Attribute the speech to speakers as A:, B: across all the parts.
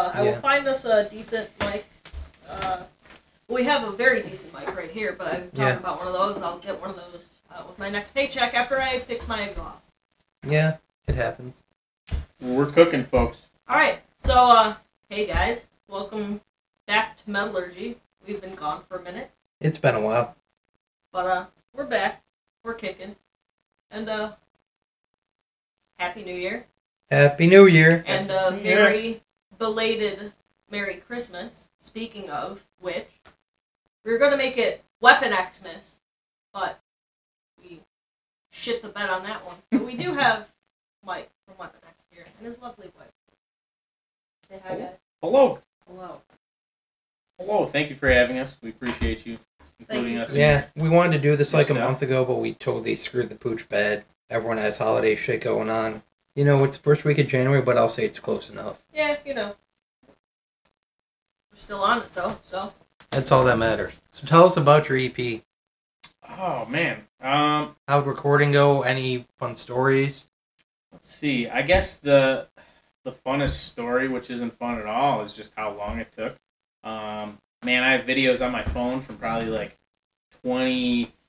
A: Uh, I will
B: Yeah.
A: find us a decent mic. Uh, we have a very decent mic right here, but I'm talking
B: Yeah.
A: about one of those. I'll get one of those uh, with my next paycheck after I fix my exhaust.
B: Yeah, it happens.
C: We're cooking, folks.
A: All right, so uh, hey guys, welcome back to Metallurgy. We've been gone for a minute,
B: It's been a while.
A: but uh, we're back. We're kicking, and uh, happy New Year,
B: Happy New Year.
A: and a
C: New Year.
A: very belated Merry Christmas. Speaking of which, we were gonna make it Weapon Xmas, but we shit the bed on that one. But we do have Mike from Weapon X here and his lovely wife. Say hi, guys.
C: Hello.
A: Hello.
C: Hello. Thank you for having us. We appreciate you including
A: you.
C: us. in
B: Yeah, we wanted to do this like a
C: Stuff.
B: month ago, but we totally screwed the pooch bed. Everyone has holiday shit going on. You know, it's first week of January, but I'll say it's close enough.
A: Yeah, you know. We're still on it though, so
B: That's all that matters. So tell us about your EP.
C: Oh man. Um,
B: How'd recording go? Any fun stories?
C: let's see. I guess the the funnest story, which isn't fun at all, is just how long it took. Um, man, I have videos on my phone from probably like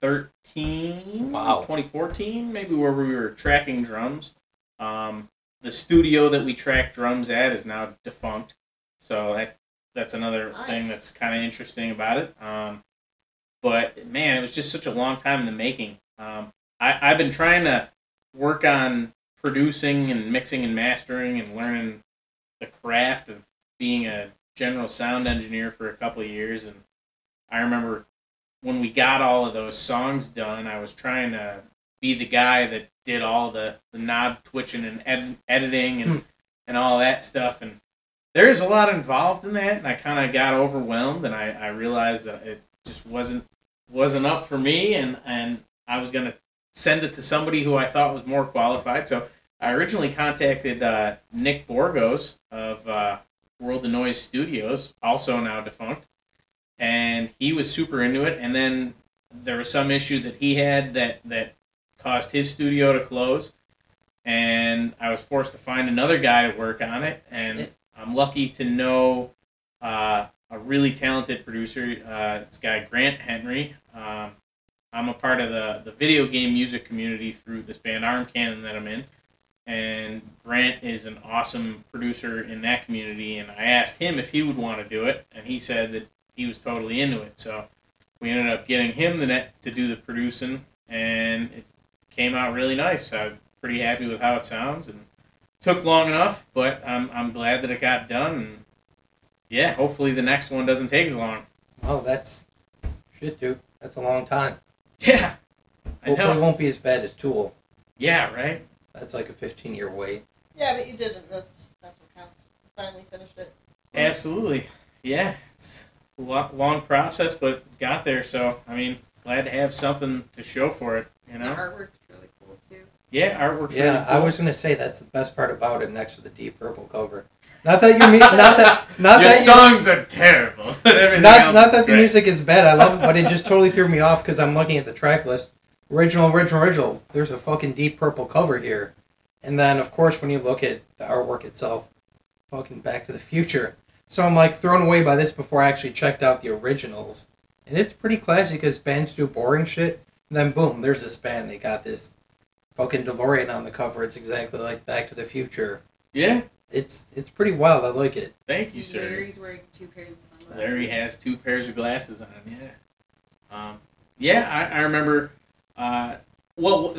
C: 2013,
B: Wow.
C: 2014, maybe where we were tracking drums. Um, the studio that we track drums at is now defunct, so that that's another thing
A: Nice.
C: that's kind of interesting about it. Um, but man, it was just such a long time in the making. Um, I, I've been trying to work on producing and mixing and mastering and learning the craft of being a general sound engineer for a couple of years and I remember when we got all of those songs done, I was trying to be the guy that did all the, the knob twitching and ed- editing and, and all that stuff. And there's a lot involved in that. And I kind of got overwhelmed and I, I realized that it just wasn't, wasn't up for me. And, and I was going to send it to somebody who I thought was more qualified. So I originally contacted uh, Nick Borgos of uh, World the Noise Studios, also now defunct and he was super into it. And then there was some issue that he had that that caused his studio to close, and I was forced to find another guy to work on it. And
B: Shit.
C: I'm lucky to know uh, a really talented producer. Uh, this guy Grant Henry. Um, I'm a part of the the video game music community through this band Arm Cannon that I'm in. And Grant is an awesome producer in that community, and I asked him if he would want to do it, and he said that he was totally into it. So we ended up getting him the net to do the producing, and it came out really nice. I'm pretty happy with how it sounds, and took long enough, but I'm I'm glad that it got done. And yeah, hopefully the next one doesn't take as long.
B: Oh, that's shit, dude. That's a long time.
C: Yeah, I
B: Hopefully, it
C: know.
B: won't be as bad as Tool.
C: Yeah, right.
B: That's like a 15 year wait.
A: yeah, but you did it. That's that's what counts. Finally finished it.
C: Absolutely. Yeah, it's a lo- long process, but got there. So I mean, glad to have something to show for it. You
D: The
C: know.
D: artwork's really cool too.
C: Yeah, artwork's really
B: Yeah, I
C: cool.
B: was gonna say that's the best part about it, next to the deep purple cover. Not that you mean, not that, not
C: Your
B: that, you,
C: songs are terrible. but everything
B: not,
C: else
B: not
C: is
B: that the
C: great.
B: music is bad. I love it, but it just totally threw me off because I'm looking at the track list. Original, original, original. There's a fucking deep purple cover here, and then of course when you look at the artwork itself, fucking Back to the Future. So I'm like thrown away by this before I actually checked out the originals, and it's pretty classy because bands do boring shit. And then boom, there's this band. They got this fucking DeLorean on the cover. It's exactly like Back to the Future.
C: Yeah,
B: It's it's pretty wild. I like it.
C: thank you, sir.
D: Larry's wearing two pairs of sunglasses.
C: Larry has two pairs of glasses on him. Yeah, um, yeah. I, I remember. Uh, well,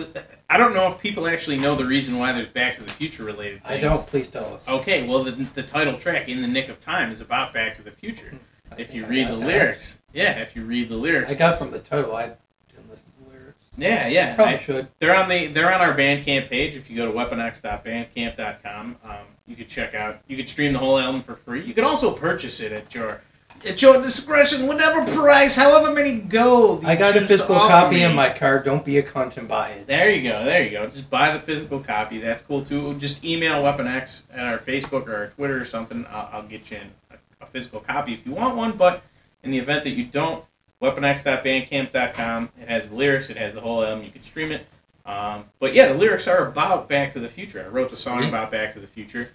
C: I don't know if people actually know the reason why there's Back to the Future related
B: I
C: things.
B: don't. Please tell us.
C: Okay, well, the, the title track "In the Nick of Time" is about Back to the Future.
B: I
C: If
B: think
C: you
B: I
C: read
B: got
C: the
B: that.
C: lyrics, yeah, if you read the lyrics,
B: I got from the title. I didn't listen to the lyrics.
C: Yeah, yeah.
B: Probably
C: I-
B: should.
C: they're on the they're on our Bandcamp page. If you go to weaponx.bandcamp.com, um, you could check out. You could stream the whole album for free. You could also purchase it at your at your discretion, whatever price, however many gold. you
B: I got
C: choose
B: a
C: to
B: physical
C: offer
B: copy
C: me.
B: in my car. Don't be a cunt and buy it.
C: There you go. There you go. Just buy the physical copy. That's cool too. Just email WeaponX at our Facebook or our Twitter or something. I'll, I'll get you a, a physical copy if you want one. But in the event that you don't, weaponx.bandcamp.com. It has the lyrics. It has the whole album. You can stream it. Um, but yeah, the lyrics are about Back to the Future. I wrote the song
B: Sweet.
C: about Back to the Future.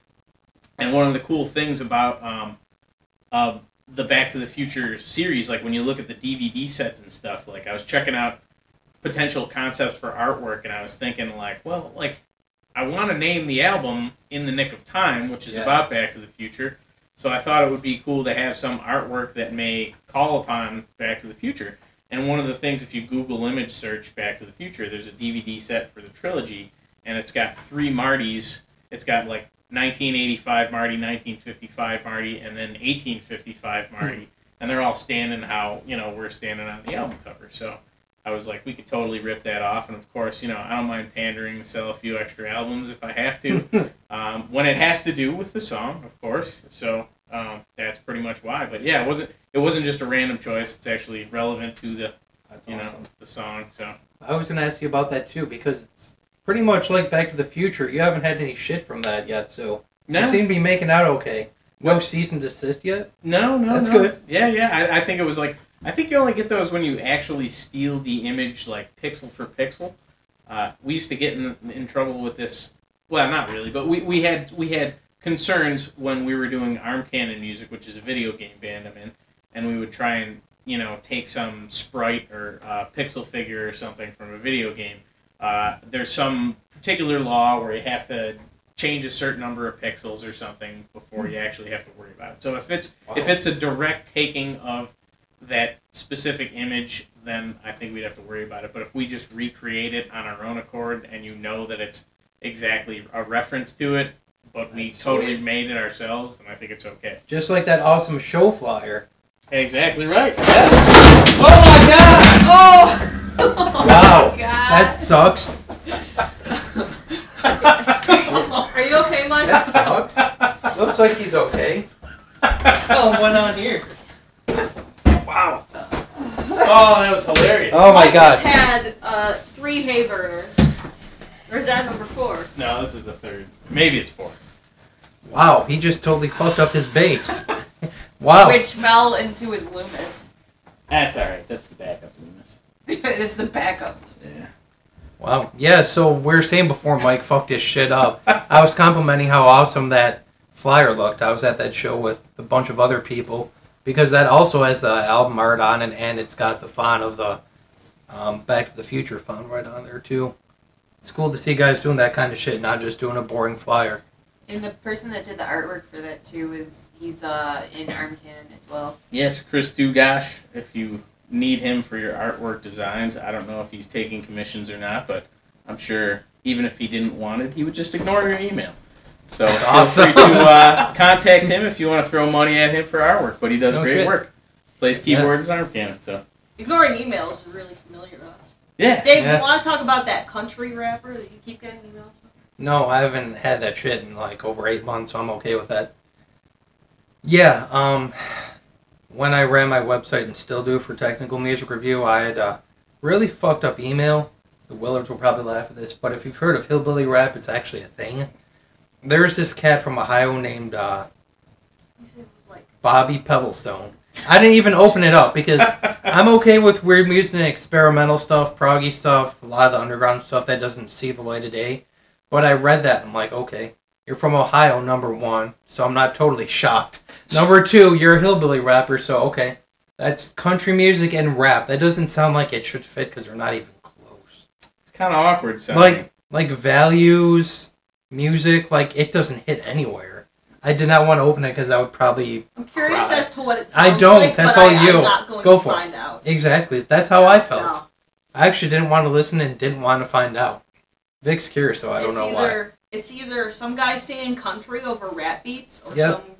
C: And one of the cool things about um, uh, the Back to the Future series, like when you look at the DVD sets and stuff, like I was checking out potential concepts for artwork, and I was thinking, like, well, like I want to name the album "In the Nick of Time," which is
B: Yeah.
C: about Back to the Future. So I thought it would be cool to have some artwork that may call upon Back to the Future. And one of the things, if you Google image search Back to the Future, there's a DVD set for the trilogy, and it's got three Martys. It's got like 1985 Marty, 1955 Marty, and then 1855 Marty, and they're all standing how you know we're standing on the album cover. So I was like, we could totally rip that off, and of course, you know, I don't mind pandering to sell a few extra albums if I have
B: Hmm.
C: to, um, when it has to do with the song, of course. So um, that's pretty much why. But yeah, it wasn't it wasn't just a random choice. It's actually relevant to the
B: That's
C: you know the song. So
B: I was gonna ask you about that too because it's pretty much like Back to the Future. You haven't had any shit from that yet, so you seem to be making out okay. No cease and desist yet.
C: No, no,
B: That's
C: no.
B: good.
C: Yeah, yeah. I, I think it was like I think you only get those when you actually steal the image like pixel for pixel. Uh, we used to get in, in trouble with this. Well, not really, but we, we had we had concerns when we were doing Arm Cannon music, which is a video game band I'm in, and we would try and you know take some sprite or uh, pixel figure or something from a video game. Uh, there's some particular law where you have to change a certain number of pixels or something before you
B: Hmm.
C: actually have to worry about it. So if it's if it's a direct taking of that specific image, then I think we'd have to worry about it. But if we just recreate it on our own accord and you know that it's exactly a reference to it, but we
B: That's
C: totally
B: sweet.
C: made it ourselves, then I think it's okay.
B: Just like that awesome show flyer.
C: Exactly right. Oh
D: Oh!
B: Wow,
D: God.
B: that sucks.
A: Are you okay, Mike?
B: That sucks. Looks like he's okay.
C: my
B: Oh, went on here.
C: god! Wow. Oh, that was hilarious.
B: Oh my
A: Mike
B: god.
A: Has had uh, three hay burners. Or is that number four?
C: No, this is the third. Maybe it's four.
B: Wow, he just totally fucked up his base. Wow.
D: Which fell into his Loomis.
C: That's all right. That's the backup Loomis.
D: this is the backup Loomis.
B: Wow. Yeah, so we were saying before Mike fucked his shit up. I was complimenting how awesome that flyer looked. I was at that show with a bunch of other people because that also has the album art on it and it's got the font of the um, Back to the Future font right on there too. It's cool to see guys doing that kind of shit, not just doing a boring flyer.
D: And the person that did the artwork for that too is he's uh in Arm Cannon as well.
C: Yes, Chris Dugash. If you need him for your artwork designs, I don't know if he's taking commissions or not, but I'm sure even if he didn't want it, he would just ignore your email. So
B: Awesome.
C: feel free to uh, contact him if you want to throw money at him for artwork. But he does
B: No
C: great
B: shit.
C: work. Plays
B: Yeah.
C: keyboard and arm cannon. So
A: Ignoring emails is really familiar to us.
C: yeah,
A: Dave,
B: Yeah.
A: you want to talk about that country rapper that you keep getting emails from?
B: No, I haven't had that shit in like over eight months, so I'm okay with that. Yeah, um, when I ran my website and still do for technical music review, I had a really fucked up email. The Willards will probably laugh at this, but if you've heard of hillbilly rap, it's actually a thing. There's this cat from Ohio named uh,
A: He said it was like,
B: Bobby Pebblestone. I didn't even open it up because I'm okay with weird music and experimental stuff, proggy stuff, a lot of the underground stuff that doesn't see the light of day. But I read that and I'm like, okay, you're from Ohio, number one, so I'm not totally shocked. Number two, you're a hillbilly rapper, so okay. That's country music and rap. That doesn't sound like it should fit because they're not even close.
C: it's kind of awkward. Sounding.
B: Like, like values, music, like it doesn't hit anywhere. I did not want to open it because I would probably
A: I'm curious
B: Right.
A: as to what it
B: I
A: sounds
B: don't.
A: like,
B: That's
A: but
B: all
A: I,
B: you.
A: I'm not going
B: Go
A: to
B: for it.
A: find out.
B: Exactly. That's how I felt.
A: No.
B: I actually didn't want to listen and didn't want to find out. Vic's curious, so I don't
A: it's
B: know why.
A: either, It's either some guy singing country over rap beats or
B: Yep.
A: some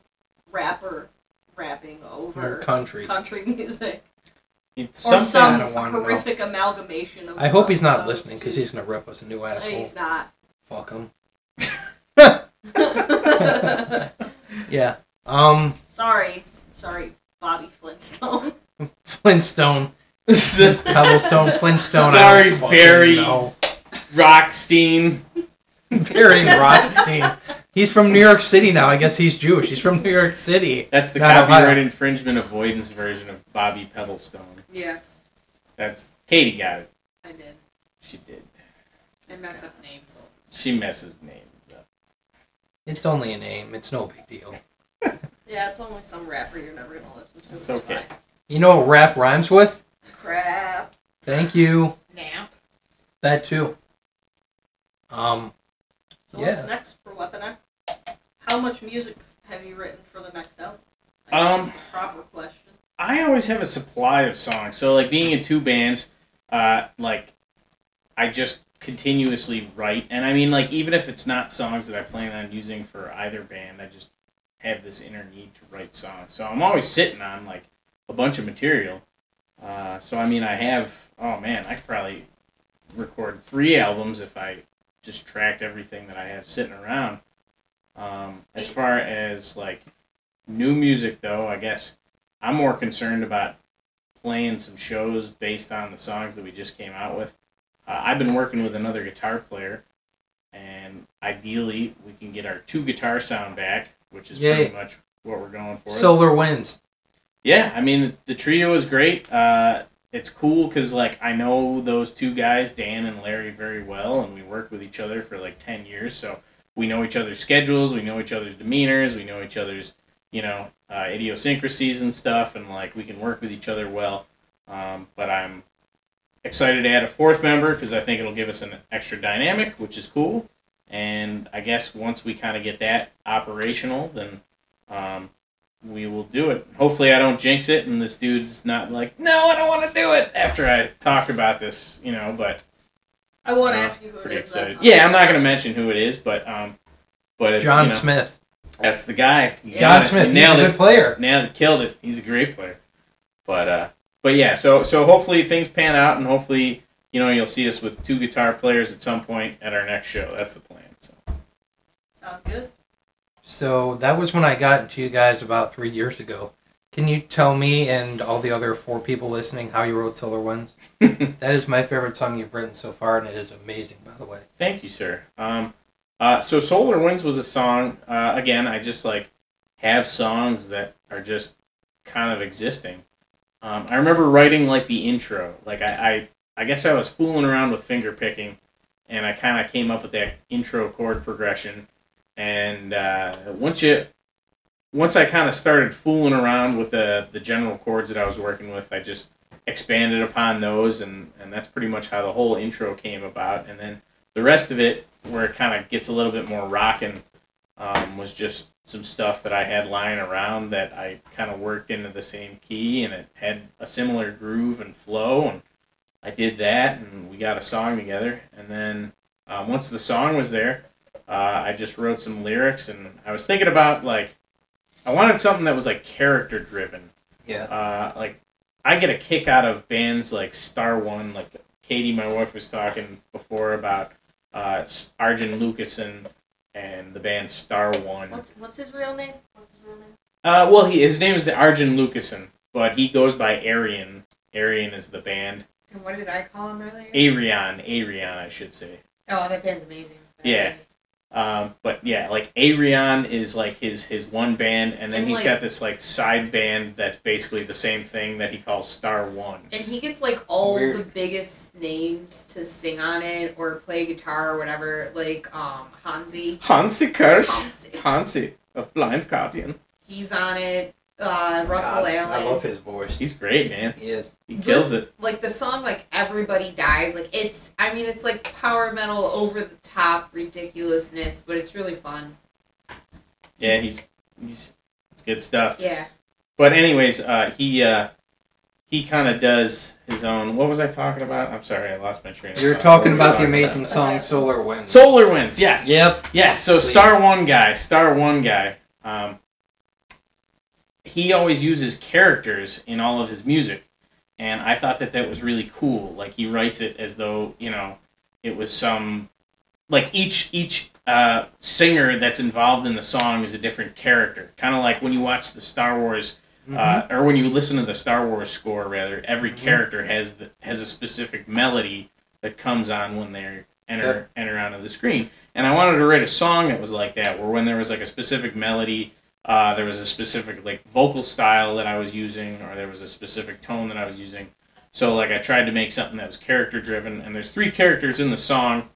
A: rapper rapping over
B: Or country.
A: country music.
C: it's
A: Or some
C: something-
B: I wanna know.
A: horrific amalgamation of
B: I hope he's not
A: those
B: listening because
A: two.
B: he's gonna rip us a new
A: No,
B: asshole.
A: Oh, He's not.
B: Fuck him. Yeah. Um,
A: sorry. Sorry, Bobby Flintstone.
B: Flintstone, Cobblestone, Flintstone. I
C: Sorry,
B: don't fucking
C: Barry.
B: know.
C: Rockstein.
B: Barry Rothstein. He's from New York City now. I guess he's Jewish. He's from New York City.
C: That's the
B: Not Ohio.
C: copyright infringement avoidance version of Bobby Pebblestone.
D: Yes,
C: That's Katie got it.
D: I did.
C: She did.
D: I mess up names.
C: She messes names up.
B: It's only a name. It's no big deal.
A: Yeah, it's only some rapper you're never gonna listen to.
C: It's okay.
A: fine.
B: You know what rap rhymes with?
A: Crap.
B: Thank you.
D: Nap.
B: That too. Um,
A: So what's
B: Yeah.
A: next for Weapon X? How much music have you written for the next album? I
C: Um,
A: guess is the proper question.
C: I always have a supply of songs. So like being in two bands, uh, like I just continuously write, and I mean like even if it's not songs that I plan on using for either band, I just have this inner need to write songs. So I'm always sitting on like a bunch of material. Uh, so I mean I have oh man I could probably record three albums if I just tracked everything that I have sitting around. Um, as far as like new music though, I guess I'm more concerned about playing some shows based on the songs that we just came out with. Uh, I've been working with another guitar player, and ideally we can get our two guitar sound back, which is
B: Yay.
C: pretty much what we're going for.
B: Solar Winds.
C: Yeah, I mean the trio is great. Uh, it's cool because like I know those two guys, Dan and Larry, very well, and we worked with each other for like ten years, so we know each other's schedules, we know each other's demeanors, we know each other's you know uh, idiosyncrasies and stuff, and like we can work with each other well. Um, but I'm excited to add a fourth member because I think it'll give us an extra dynamic, which is cool. And I guess once we kind of get that operational, then um, we will do it. Hopefully, I don't jinx it, and this dude's not like, "No, I don't want to do it." After I talk about this, you know. But
A: I won't
C: uh,
A: ask you who it
C: pretty
A: is. though.
C: excited. Yeah, I'm not gonna mention who it is, but um, but it,
B: John
C: you know,
B: Smith.
C: that's the guy. You got
B: John
C: it.
B: Smith.
C: You
B: He's a
C: nailed it.
B: good player.
C: Now killed it. He's a great player. But uh, but yeah. So so hopefully things pan out, and hopefully you know you'll see us with two guitar players at some point at our next show. That's the plan. So
A: Sounds good.
B: So that was when I got to you guys about three years ago. Can you tell me and all the other four people listening how you wrote Solar Winds? that is my favorite song you've written so far, and it is amazing, by the way.
C: Thank you, sir. Um, uh, so Solar Winds was a song. Uh, again, I just like have songs that are just kind of existing. Um, I remember writing like the intro. Like I, I, I guess I was fooling around with finger picking, and I kind of came up with that intro chord progression. And uh, once you, once I kind of started fooling around with the the general chords that I was working with, I just expanded upon those, and and that's pretty much how the whole intro came about. And then the rest of it, where it kind of gets a little bit more rockin', um, was just some stuff that I had lying around that I kind of worked into the same key, and it had a similar groove and flow, and I did that, and we got a song together. And then uh, once the song was there, uh, I just wrote some lyrics, and I was thinking about like I wanted something that was like character driven,
B: Yeah.
C: uh, like I get a kick out of bands like Star One. Like Katie, my wife, was talking before about uh, S- Arjun Lucasen and the band Star One.
A: What's what's his real name? What's his real name?
C: Uh, well, he, his name is Arjun Lucasen, but he goes by Arian. Arian is the band.
D: And what did I call him earlier?
C: Arian, Arian, I should say.
D: Oh, that band's amazing.
C: Yeah. Um, but yeah, like Arian is like his his one band, and then
D: And,
C: he's
D: like-
C: got this like side band that's basically the same thing that he calls Star One.
D: And he gets like all the
B: Weird.
D: biggest names to sing on it or play guitar or whatever, like um Hansi.
C: Hansi Kirsch.
D: Hansi.
C: Hansi of Blind Guardian.
D: He's on it. Uh, Russell
B: God,
D: Allen.
B: I love his voice.
C: He's great, man.
B: he is.
C: He kills it.
D: Like the song, like everybody dies. Like it's, I mean, it's like power metal, over the top ridiculousness, but it's really fun.
C: Yeah, he's he's it's good stuff.
D: Yeah.
C: But anyways, uh, he uh, he kind of does his own. What was I talking about? I'm sorry, I lost my train. of
B: You're
C: thought.
B: talking
C: What were we
B: about the amazing song
A: Okay.
B: Solar Winds.
C: Solar Winds. Yes.
B: Yep.
C: Yes. So
B: Please.
C: Star One guy, Star One guy. Um, he always uses characters in all of his music, and I thought that that was really cool. Like he writes it as though you know it was some like each each uh, singer that's involved in the song is a different character. Kind of like when you watch the Star Wars
B: Mhm.
C: uh, or when you listen to the Star Wars score, rather, every
B: Mhm.
C: character has the, has a specific melody that comes on when they enter enter onto the screen. And I wanted to write a song that was like that, where when there was like a specific melody, uh, there was a specific like vocal style that I was using, or there was a specific tone that I was using. So like I tried to make something that was character driven, and there's three characters in the song.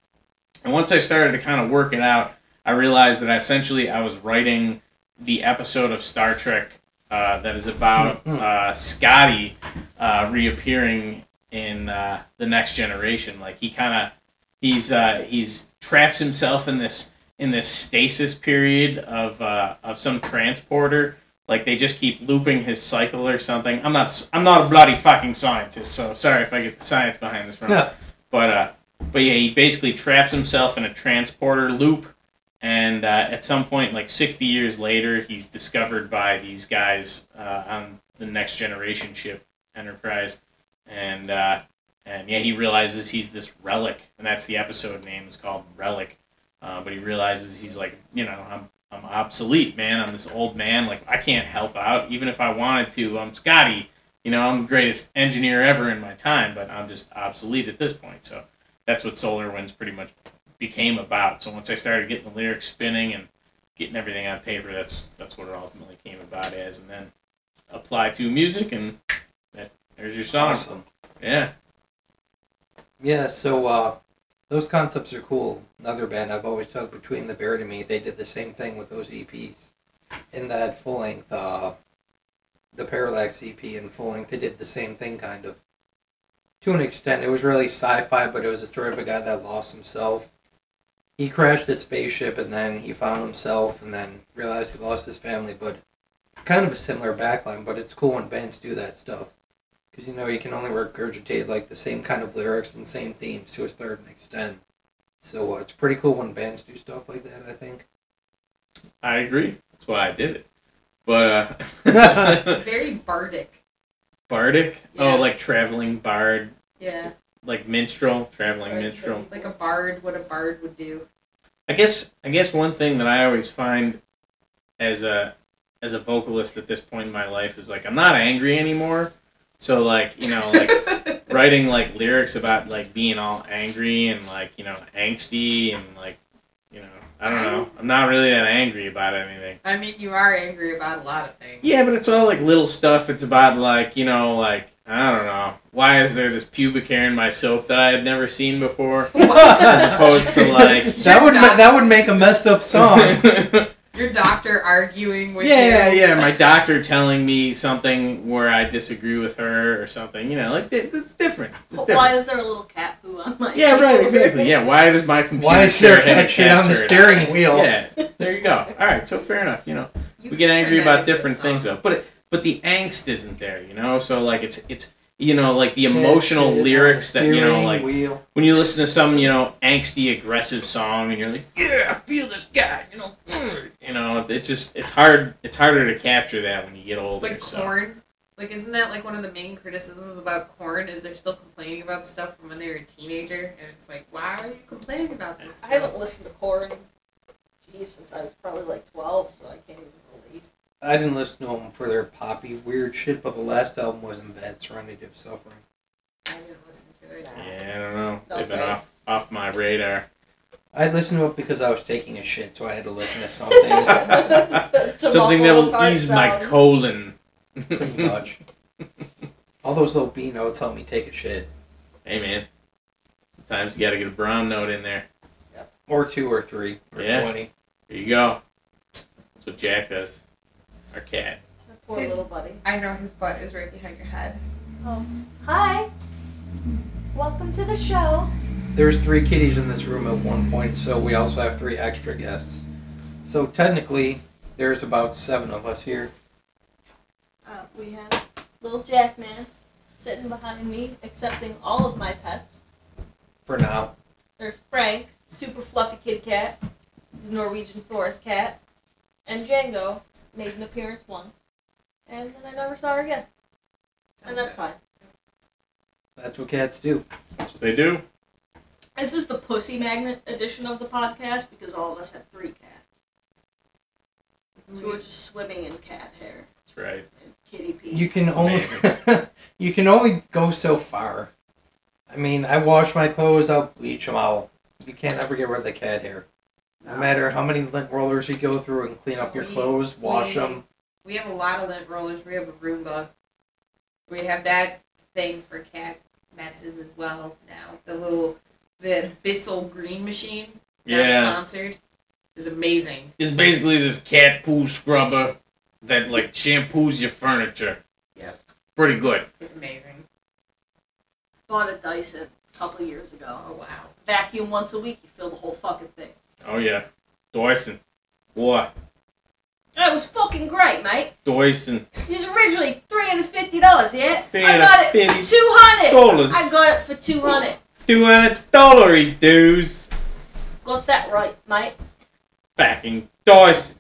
C: And once I started to kind of work it out, I realized that essentially I was writing the episode of Star Trek uh, that is about
B: Mhm.
C: uh, Scotty uh, reappearing in uh, the Next Generation. Like he kind of he's uh, he's traps himself in this in this stasis period of uh, of some transporter. Like they just keep looping his cycle or something. I'm not s- I'm not a bloody fucking scientist, so sorry if I get the science behind this wrong.
B: Yeah.
C: But uh, but yeah, he basically traps himself in a transporter loop, and uh, at some point, like sixty years later, he's discovered by these guys uh, on the next generation ship Enterprise, and uh, and yeah, he realizes he's this relic, and that's the episode name is called Relic. Uh, but he realizes he's like, you know, I'm I'm obsolete, man. I'm this old man. Like I can't help out, even if I wanted to. I'm Scotty. You know, I'm the greatest engineer ever in my time, but I'm just obsolete at this point. So that's what Solar Winds pretty much became about. So once I started getting the lyrics spinning and getting everything on paper, that's that's what it ultimately came about as, and then apply to music, and that, there's your song.
B: Awesome.
C: Yeah,
B: Yeah, so uh, those concepts are cool. Another band I've always talked between the Bear and me, they did the same thing with those EPs. In that full length, uh, the Parallax EP in full length, they did the same thing kind of. To an extent, it was really sci-fi, but it was a story of a guy that lost himself. He crashed his spaceship and then he found himself and then realized he lost his family, but kind of a similar backline, but it's cool when bands do that stuff because you know you can only regurgitate like the same kind of lyrics and same themes to a certain extent. So uh, it's pretty cool when bands do stuff like that. I think.
C: I agree. That's why I did it. But
D: It's
C: uh,
D: very bardic.
C: bardic,
D: Yeah.
C: oh, like traveling bard,
D: Yeah.
C: like minstrel, traveling
D: Like-
C: minstrel.
D: Like a bard, what a bard would do.
C: I guess I guess one thing that I always find as a as a vocalist at this point in my life is like I'm not angry anymore. So like, you know, like writing like lyrics about like being all angry and like, you know, angsty and like, you know, I don't know. I'm not really that angry about anything.
D: I mean, you are angry about a lot of things.
C: Yeah, but it's all like little stuff. It's about like you know, like I don't know. Why is there this pubic hair in my soap that I had never seen before? As opposed to like,
B: That would ma- that would make a messed up song.
D: Your doctor arguing with you.
C: yeah, yeah, my doctor telling me something where I disagree with her or something. You know, like th- it's different. It's
A: But
C: different.
A: why is there a little cat poo on my?
C: yeah, right, exactly. Yeah, why does my computer
B: Why is there
C: chair have a
B: cat shit on the
C: turd?
B: steering wheel?
C: Yeah, there you go. All right, so fair enough. You know.
D: You
C: we
D: can
C: get
D: turn
C: angry
D: that
C: about
D: into a
C: different
D: song.
C: things though but it, but the angst isn't there you know so like it's it's you know like the
B: Cat
C: emotional
B: shit on the
C: lyrics that you know
B: steering
C: like
B: wheel.
C: when you listen to some you know angsty aggressive song and you're like yeah i feel this guy you know mm," you know it's just it's hard it's harder to capture that when you get older
D: Like
C: so
D: corn. Like, isn't that like one of the main criticisms about corn? Is they're still complaining about stuff from when they were a teenager, and it's like, why are you complaining about this?
A: I
D: Stuff?
A: haven't listened to Corn, geez, since I was probably like twelve, so I can't even relate.
B: I didn't listen to them for their poppy weird shit, but the last album was in bad serenity of suffering.
D: I didn't listen to it.
C: yeah i don't know
A: No
C: they've been
A: thanks.
C: off off my radar
B: I listened to it because I was taking a shit, so I had to listen to something.
C: something that will ease my colon
B: pretty much. All those little B notes help me take a shit,
C: hey man sometimes you gotta get a brown note in there
B: or two, or three, or
C: Yeah.
B: twenty.
C: There you go. That's what Jack does. Our cat.
A: Poor
D: His-
A: little buddy.
D: I know his butt is right behind your head.
A: Hi. Welcome to the show.
B: There's three kitties in this room at one point, so we also have three extra guests. So technically, there's about seven of us here.
A: Uh, we have little Jackman sitting behind me, accepting all of my pets.
B: For now,
A: There's Frank, super fluffy kitty cat, he's a Norwegian forest cat, and Django made an appearance once, and then I never saw her again, and that's fine.
B: that's what cats do.
C: That's what they do.
A: This is the pussy magnet edition of the podcast because all of us have three cats, so we're just swimming in cat hair
C: That's right.
A: and kitty pee.
B: You can
C: It's
B: only you can only go so far. I mean, I wash my clothes, I'll bleach them, I'll you can't ever get rid of the cat hair. No matter how many lint rollers you go through and clean up your
D: We-
B: clothes, wash
D: we-
B: them.
D: We have a lot of lint rollers. We have a Roomba. We have that thing for cat messes as well now. The little the Bissell green machine. Not
C: Yeah.
D: sponsored. is amazing.
C: It's basically this cat poo scrubber that like shampoos your furniture.
D: Yep.
C: Pretty good.
D: It's amazing.
A: Bought a Dyson a couple years ago.
D: Oh wow.
A: Vacuum once a week, you fill the whole fucking thing.
C: Oh yeah. Dyson. Boy,
A: That was fucking great, mate.
C: Dyson.
A: It was originally three hundred fifty dollars, yeah. I got it for
C: $350.
A: two hundred.
C: Dollars.
A: I got it for two hundred.
C: Two hundred dollary dues.
A: Got that right, mate.
C: Backing Dyson.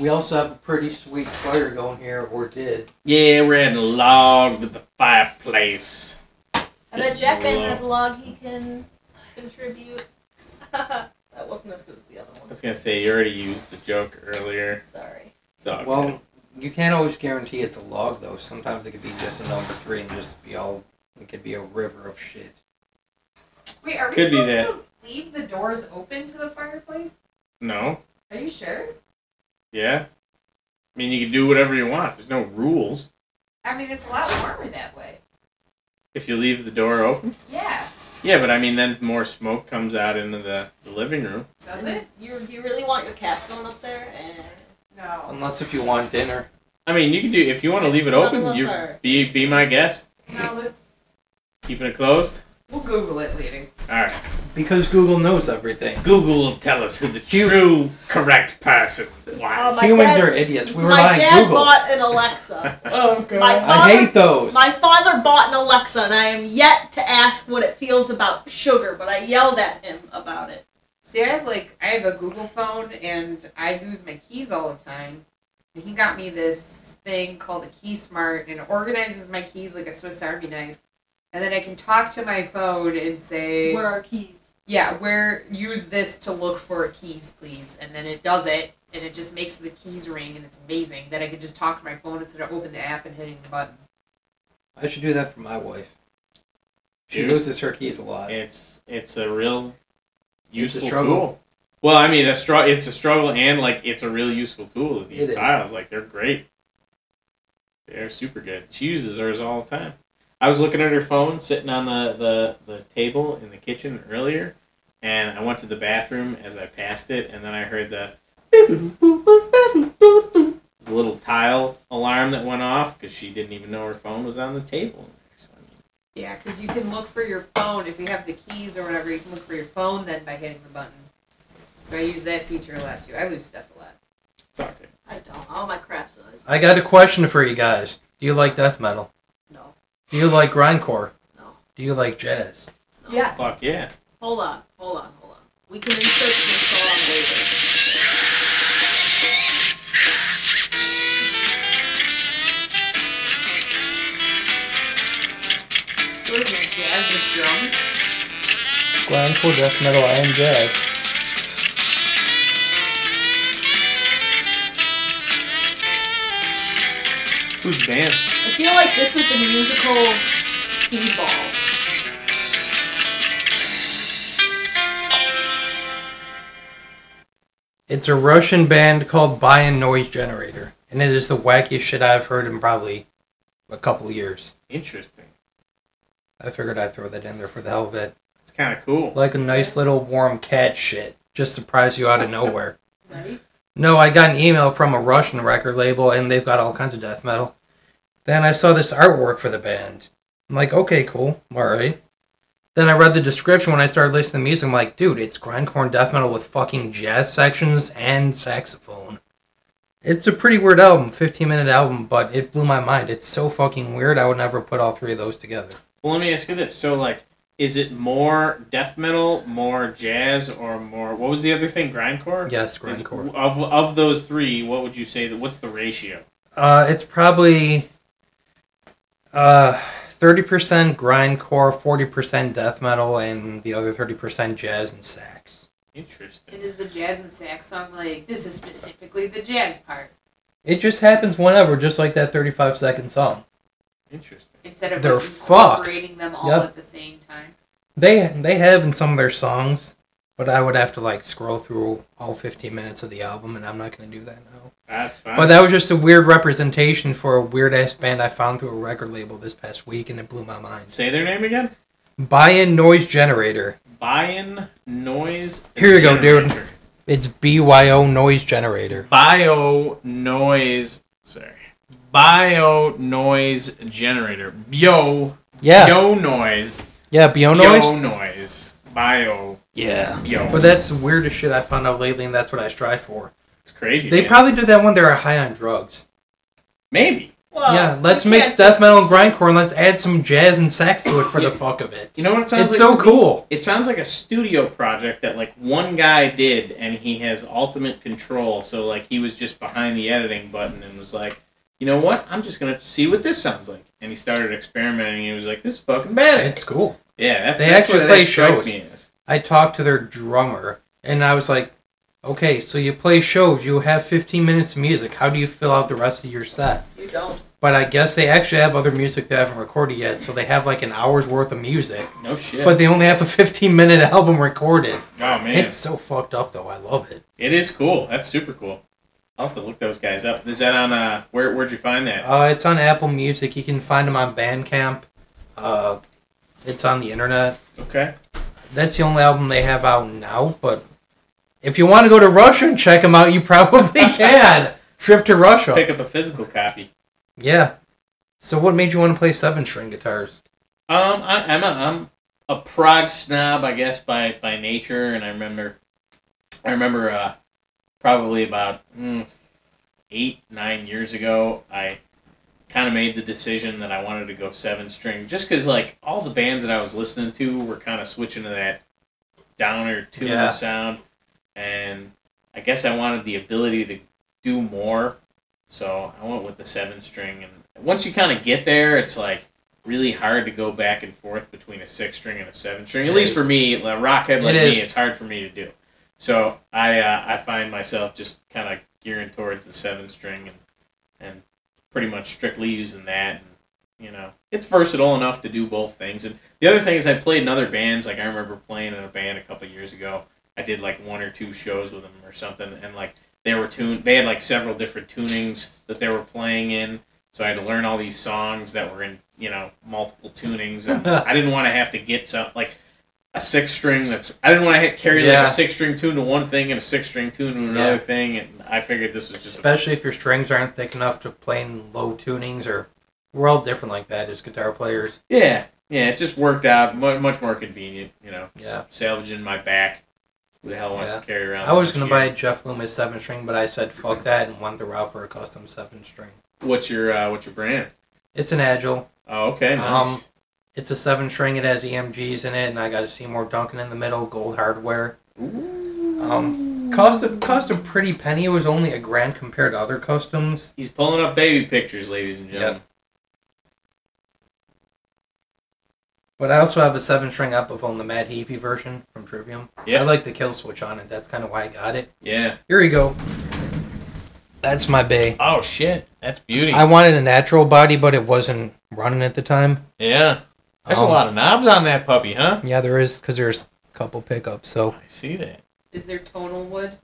B: We also have a pretty sweet fire going here, or did.
C: Yeah, we're adding a log to the fireplace.
A: I bet Jackman has a log he can contribute. that wasn't as good as the other
C: I
A: one.
C: was gonna say you already used the joke earlier.
A: Sorry.
C: So
B: Well, you can't always guarantee it's a log, though. Sometimes it could be just a number three and just be all. It could be a river of shit.
D: Wait, are we
C: Could be
D: supposed to leave the doors open to the fireplace?
C: no,
D: Are you sure?
C: yeah. I mean, you can do whatever you want. There's no rules.
D: I mean, it's a lot warmer that way.
C: If you leave the door open,
D: Yeah.
C: yeah, but I mean, then more smoke comes out into the, the living room.
D: Does it?
A: You do you really want your cats going up there? And
D: No.
B: Unless if you want dinner.
C: I mean, you can do if you want to leave it
A: None
C: open.
A: of us
C: you
A: are.
C: be be my guest.
D: No, let's.
C: Keeping it closed.
D: We'll Google it later.
C: All right.
B: Because Google knows everything.
C: Google will tell us who the
B: Hu-
C: true correct person was.
A: Oh, my
B: Humans
A: dad-
B: are idiots. We rely
A: my
B: on
A: dad
B: Google.
A: bought an Alexa.
C: oh god.
A: My
B: I
A: father-
B: hate those.
A: My father bought an Alexa, and I am yet to ask what it feels about sugar, but I yelled at him about it.
D: See, I have like I have a Google phone and I lose my keys all the time. And he got me this thing called a Key Smart and it organizes my keys like a Swiss Army knife. And then I can talk to my phone and say,
A: Where are keys?
D: "Yeah, where use this to look for keys, please." And then it does it, and it just makes the keys ring, and it's amazing that I could just talk to my phone instead of open the app and hitting the button.
B: I should do that for my wife. She
C: Dude.
B: loses her keys a lot.
C: It's it's a real
B: It's a
C: useful
B: struggle.
C: tool. Well, I mean, a str- it's a struggle, and like it's a real useful tool.
B: It
C: These
B: is.
C: tiles, like they're great. They're super good. She uses hers all the time. I was looking at her phone sitting on the, the, the table in the kitchen earlier, and I went to the bathroom as I passed it, and then I heard the little tile alarm that went off because she didn't even know her phone was on the table. So, I mean,
D: Yeah, because you can look for your phone if you have the keys or whatever. You can look for your phone then by hitting the button. So I use that feature a lot too. I lose stuff a lot.
C: it's all good.
A: I don't. All my crap size.
B: I got a question for you guys. Do you like death metal?
A: No.
B: Do you like grindcore?
A: No.
B: Do you like jazz?
A: no.
C: Fuck yeah.
A: Hold on. Hold on. Hold on. We can insert this song later.
D: Sort of like jazz with drums.
B: Grindcore, death metal, and jazz.
C: Who's banned?
A: I feel like this is the musical speedball.
B: It's a Russian band called Bayan Noise Generator, and it is the wackiest shit I've heard in probably a couple years.
C: Interesting.
B: I figured I'd throw that in there for the hell of it.
C: It's kind of cool.
B: Like a nice little warm cat shit. Just surprise you out of nowhere.
A: Ready?
B: No, I got an email from a Russian record label, and they've got all kinds of death metal. Then I saw this artwork for the band. I'm like, okay, cool, all right. Then I read the description when I started listening to the music. I'm like, dude, it's grindcore and death metal with fucking jazz sections and saxophone. It's a pretty weird album, 15 minute album, but it blew my mind. It's so fucking weird. I would never put all three of those together.
C: Well, let me ask you this. So, like, is it more death metal, more jazz, or more? What was the other thing? Grindcore.
B: Yes,
C: Is-
B: grindcore.
C: Of of those three, what would you say that? What's the ratio?
B: Uh, it's probably uh thirty percent grindcore, forty percent death metal, and the other thirty percent jazz and sax.
C: Interesting.
D: And is the jazz and sax song like this is specifically the jazz part
B: It just happens whenever, just like that thirty-five second song.
C: Interesting.
D: instead of
B: They're
D: like,
B: fucked.
D: incorporating them all
B: Yep.
D: at the same time?
B: They they have in some of their songs, but I would have to like scroll through all fifteen minutes of the album, and I'm not gonna do that now.
C: That's fine.
B: But that was just a weird representation for a weird ass band I found through a record label this past week, and it blew my mind.
C: say their name again.
B: Buy-in noise generator.
C: Bayon noise.
B: Here you go, dude.
C: generator.
B: It's BYO noise generator.
C: Bio noise. Sorry. Bio noise generator. Bio.
B: Yeah,
C: Bio noise.
B: yeah, BYO
C: Bio
B: noise.
C: noise. Bio.
B: Yeah,
C: Bio.
B: but that's the weirdest shit I found out lately, and that's what I strive for.
C: It's crazy.
B: They
C: man.
B: probably do that when they're high on drugs.
C: Maybe.
A: Well,
B: yeah, let's
A: we
B: mix
A: can't
B: death
A: just-
B: metal and grindcore, and let's add some jazz and sax to it for the fuck of it.
C: You know what it sounds
B: It's
C: like?
B: so
C: to me?
B: cool.
C: It sounds like a studio project that like one guy did, and he has ultimate control. So like he was just behind the editing button and was like, you know what? I'm just gonna see what this sounds like. And he started experimenting. and He was like, this is fucking badass.
B: It's cool.
C: yeah, that's
B: they
C: that's
B: actually
C: what
B: play
C: that struck
B: shows.
C: Me as.
B: I talked to their drummer, and I was like, "Okay, so you play shows. You have 15 minutes of music. How do you fill out the rest of your set?"
A: You don't.
B: But I guess they actually have other music they haven't recorded yet, so they have like an hour's worth of music,
C: No shit.
B: but they only have a 15 minute album recorded.
C: oh man,
B: It's
C: it's,
B: so fucked up, though. I love it.
C: cool. That's super cool. I'll have to look those guys up. Is that on uh where where'd you find that?
B: Uh, it's on Apple Music. You can find them on Bandcamp. Uh, it's on the internet.
C: Okay.
B: That's the only album they have out now. But if you want to go to Russia and check them out, you probably can. Trip to Russia.
C: Pick up a physical copy.
B: Yeah. So what made you want to play seven string guitars?
C: Um, I, I'm a I'm a prog snob, I guess by by nature, and I remember I remember uh, probably about mm, eight nine years ago, I kind of made the decision that I wanted to go seven string, just because like all the bands that I was listening to were kind of switching to that downer tuner
B: Yeah.
C: sound, and I guess I wanted the ability to do more, so I went with the seven string. And once you kind of get there, it's like really hard to go back and forth between a six string and a seven string. At
B: It
C: least
B: is.
C: for me, a rockhead like
B: It
C: me,
B: is.
C: it's hard for me to do. So I uh, I find myself just kind of gearing towards the seven string and and pretty much strictly using that. And, you know, it's versatile enough to do both things. And the other thing is, I played in other bands. Like I remember playing in a band a couple years ago. I did like one or two shows with them or something, and like they were tuned. They had like several different tunings that they were playing in. So I had to learn all these songs that were in you know multiple tunings, and I didn't want to have to get some like a six string that's I didn't want to hit carry
B: Yeah.
C: like a six string tune to one thing and a six string tune to another
B: Yeah.
C: thing, and I figured this was just a
B: Especially if your strings aren't thick enough to play in low tunings or we're all different like that as guitar players.
C: Yeah, yeah, it just worked out mu much more convenient, you know.
B: Yeah.
C: s- salvaging my back. Who the hell wants
B: Yeah.
C: to carry around?
B: I was
C: this
B: gonna buy
C: gear?
B: a Jeff Loomis seven string, but I said fuck that and went the route for a custom seven string.
C: What's your uh, What's your brand?
B: It's an agile.
C: Oh, okay, nice.
B: Um, It's a seven string. It has EMGs in it, and I got a Seymour Duncan in the middle, gold hardware. Um, cost a, cost a pretty penny. It was only a grand compared to other customs.
C: He's pulling up baby pictures, ladies and gentlemen.
B: But I also have a seven string Epiphone, the Mad Heavy version from Trivium.
C: Yeah.
B: I like the kill switch on it. That's kind of why I got it.
C: Yeah.
B: Here we go. That's my bay.
C: Oh shit, that's beauty.
B: I wanted a natural body, but it wasn't running at the time.
C: yeah,
B: That's a Um, lot
C: of knobs on that puppy, huh?
B: Yeah, there is because there's a couple pickups. So
C: I see that.
D: Is there tonal wood?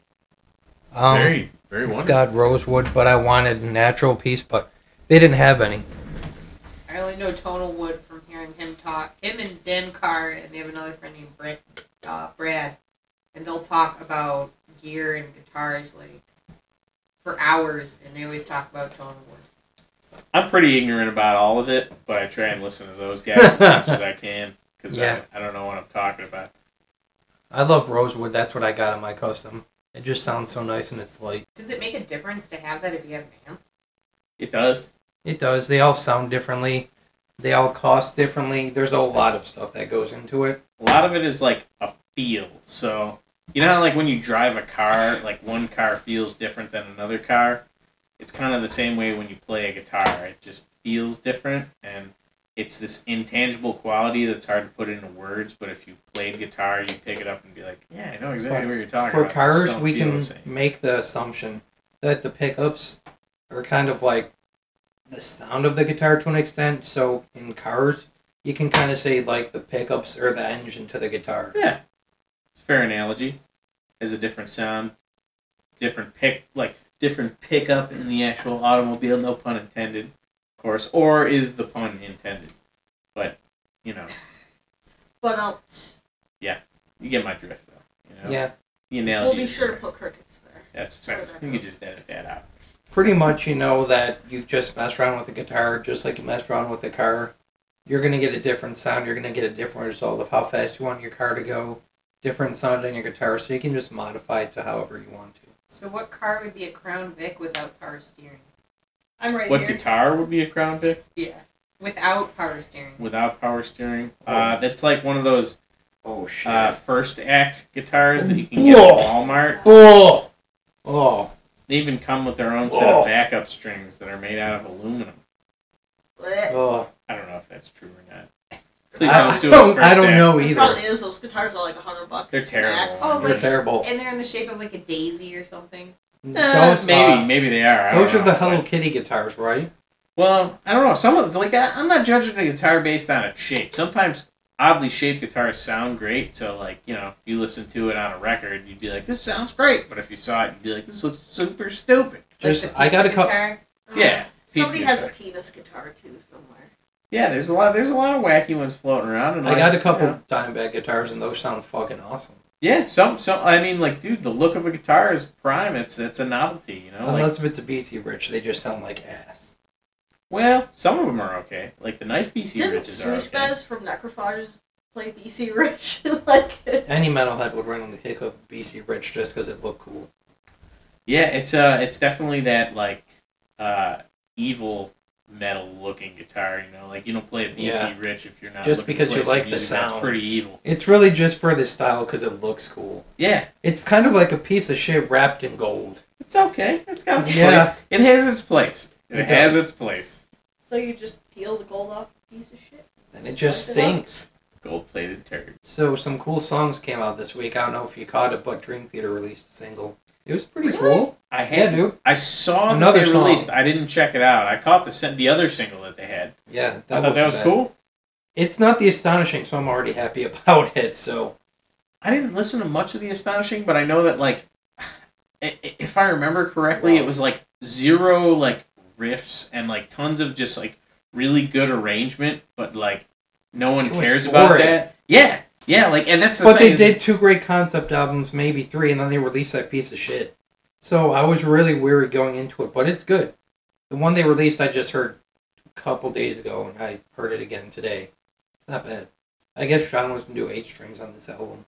B: um,
C: very, very
B: it's
C: wonderful.
B: got rosewood, but I wanted a natural piece, but they didn't have any.
D: I only know tonal wood from hearing him talk. Him and Dan Carr, and they have another friend named Brent, uh, Brad, and they'll talk about gear and guitars like for hours, and they always talk about tonal wood.
C: I'm pretty ignorant about all of it, but I try and listen to those guys as much as I can because
B: Yeah.
C: I, I don't know what I'm talking about.
B: I love rosewood. That's what I got on my custom. It just sounds so nice and it's light.
D: Does it make a difference to have that if you have an amp?
C: It does.
B: It does. They all sound differently. They all cost differently. There's a lot of stuff that goes into it.
C: a lot of it is like a feel. So you know how like when you drive a car, like one car feels different than another car. It's kind of the same way when you play a guitar. It just feels different and it's this intangible quality that's hard to put into words, but if you played guitar, you pick it up and be like, Yeah, I know exactly what you're talking
B: For
C: about. I just
B: cars,
C: don't
B: we
C: feel
B: can
C: the same."
B: make the assumption that the pickups are kind of like the sound of the guitar to an extent. So in cars, you can kind of say like the pickups or the engine to the guitar.
C: Yeah. It's a fair analogy. Has a different sound, different pick, like different pickup in the actual automobile. No pun intended, of course. Or is the pun intended? But you know,
A: But um,
C: Yeah. You get my drift, though. You know?
B: Yeah,
C: The analogy.
A: We'll be
C: is
A: sure to
C: correct.
A: put crickets there.
C: That's facts. You can just edit that out.
B: pretty much you know that you just mess around with a guitar just like you mess around with a car. You're gonna get a different sound. You're gonna get a different result of how fast you want your car to go, different sound on your guitar, so you can just modify it to however you want to.
D: So what car would be a Crown Vic without power steering?
A: I'm right
C: What
A: here.
C: guitar would be a crown pick
D: Yeah. Without power steering.
C: without power steering? Uh, that's like one of those
B: Oh shit!
C: uh, first act guitars that you can get
B: Whoa.
C: at Walmart.
B: oh, oh,
C: They even come with their own set
B: Whoa.
C: of backup strings that are made out of aluminum.
A: Blech.
B: oh!
C: I don't know if that's true or not. Please
B: I
C: don't sue us
B: don't,
C: first
B: I don't
C: act.
B: know
A: It
B: either.
A: probably is. Those guitars are like a hundred bucks.
C: Oh, They're terrible.
A: max.
D: Oh,
B: They're
D: like-
B: terrible.
D: And they're in the shape of like a daisy or something.
C: Uh,
B: Those,
C: maybe,
B: uh,
C: maybe they are. I
B: those
C: don't
B: are the
C: know.
B: Hello
C: Like,
B: Kitty guitars, right?
C: Well, I don't know. Some of it's like I, I'm not judging a guitar based on its shape. Sometimes oddly shaped guitars sound great. So like you know, if you listen to it on a record, you'd be like, "This sounds great," but if you saw it, you'd be like, "This looks super stupid."
D: Like
B: Just
D: the
B: I got a
D: pizza
B: couple.
D: guitar.
C: Yeah,
A: Uh-huh. Somebody
C: pizza
A: has a
C: guitar.
A: penis guitar too somewhere.
C: Yeah, there's a lot. There's a lot of wacky ones floating around. And
B: I
C: like,
B: got a couple
C: you know,
B: Dimebag guitars, and those sound fucking awesome.
C: yeah, some some. I mean, like, dude, the look of a guitar is prime. It's it's a novelty, you know. Like,
B: Unless if it's a BC Rich, they just sound like ass.
C: well, some of them are okay. Like the nice BC
A: Didn't
C: riches are
A: Swoosh
C: okay.
A: Bez from Necrophages play BC Rich? like,
B: Any metalhead would randomly hiccup BC Rich just because it looked cool.
C: Yeah, it's uh, it's definitely that like uh, evil metal looking guitar. You know, like you don't play a BC
B: Yeah.
C: Rich if you're not
B: Just
C: looking to
B: because
C: play
B: you
C: some
B: like the
C: music that's
B: sound.
C: pretty evil.
B: It's really just for the style because it looks cool.
C: Yeah,
B: It's kind of like a piece of shit wrapped in gold.
C: it's okay. It's got its
B: Yeah.
C: place. It has its place. It,
B: It
C: has
B: does.
C: its place.
A: so you just peel the gold off a piece of shit?
B: And it
A: Just
B: just
A: like it up.
B: stinks.
C: Gold plated turd.
B: So some cool songs came out this week. I don't know if you caught it, but Dream Theater released a single. It was pretty
D: Really?
B: cool.
C: I
B: Yeah,
C: had.
B: dude.
C: I saw another
B: Another
C: that they
B: song.
C: released. I didn't check it out. I caught the sen- the other single that they had.
B: Yeah,
C: I thought that was
B: wasn't bad.
C: cool.
B: It's not the astonishing, so I'm already happy about it. So
C: I didn't listen to much of the astonishing, but I know that like, i- i- if I remember correctly, it was like zero like riffs and like tons of just like really good arrangement, but like no one
B: It was
C: cares about
B: boring.
C: that. Yeah, yeah, like and that's the
B: but
C: thing.
B: they
C: is-
B: did two great concept albums, maybe three, and then they released that piece of shit. So I was really weary going into it, but it's good. The one they released, I just heard a couple days ago, and I heard it again today. It's not bad. I guess Sean was gonna do eight strings on this album.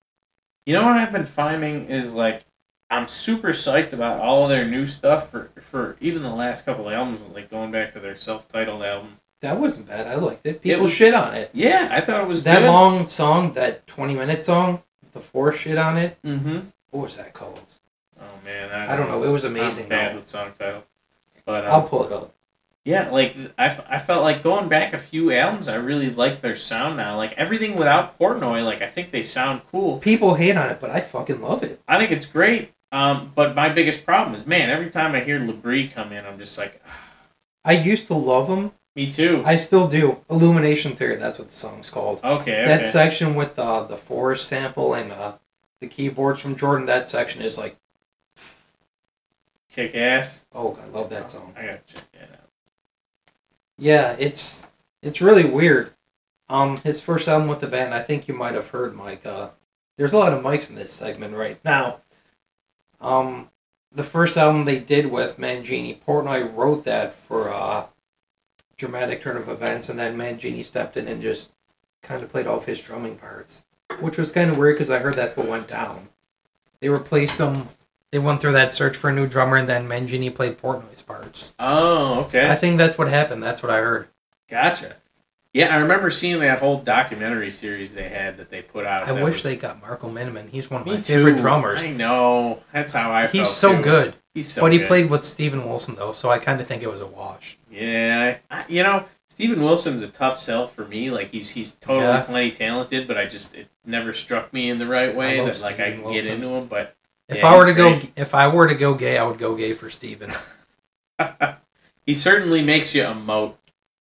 C: You know what I've been finding is like I'm super psyched about all of their new stuff for for even the last couple of albums, like going back to their self-titled album.
B: That wasn't bad. I liked it. People
C: was-
B: shit on it.
C: Yeah, I thought it was
B: That
C: good.
B: long song, that twenty-minute song, with the four shit on it.
C: Mm-hmm.
B: What was that called?
C: Oh man,
B: I don't know. It was
C: I'm
B: amazing.
C: bad
B: though.
C: with song title, but um,
B: I'll pull it up.
C: Yeah, like I, f- I felt like going back a few albums, I really like their sound now. Like everything without Portnoy, like I think they sound cool.
B: People hate on it, but I fucking love it.
C: I think it's great. Um, but my biggest problem is, man, every time I hear Labrie come in, I'm just like, "Ah,
B: I used to love them,
C: me too.
B: I still do. Illumination Theory, that's what the song's called.
C: Okay, okay.
B: That section with uh, the forest sample and uh, the keyboards from Jordan, that section is like,
C: kick ass.
B: oh, I love that song.
C: I gotta check that out.
B: Yeah, it's it's really weird. Um, his first album with the band, I think you might have heard, Mike. Uh, there's a lot of mics in this segment right now. Um, the first album they did with Mangini, Portnoy wrote that for uh, dramatic turn of events, and then Mangini stepped in and just kind of played all of his drumming parts, which was kind of weird because I heard that's what went down. They replaced him. They went through that search for a new drummer, and then Mangini played Portnoy's parts.
C: Oh, okay.
B: I think that's what happened. That's what I heard.
C: gotcha. Yeah, I remember seeing that whole documentary series they had that they put out.
B: I
C: that
B: wish
C: was-
B: they got Marco Miniman. He's one of
C: Me
B: my favorite
C: too.
B: drummers.
C: I know. That's how I.
B: He's
C: felt,
B: so
C: too.
B: good,
C: He's so.
B: but he
C: good.
B: played with Steven Wilson though, so I kind of think it was a wash.
C: Yeah, I, you know, Steven Wilson's a tough sell for me. Like he's he's totally
B: Yeah.
C: plenty talented, but I just it never struck me in the right way
B: I
C: that
B: love
C: like I
B: Steven
C: can get
B: Wilson.
C: into him. But
B: If
C: Yeah,
B: I were
C: he's
B: to go, if I were to go gay, I would go gay for Steven.
C: he certainly makes you emote.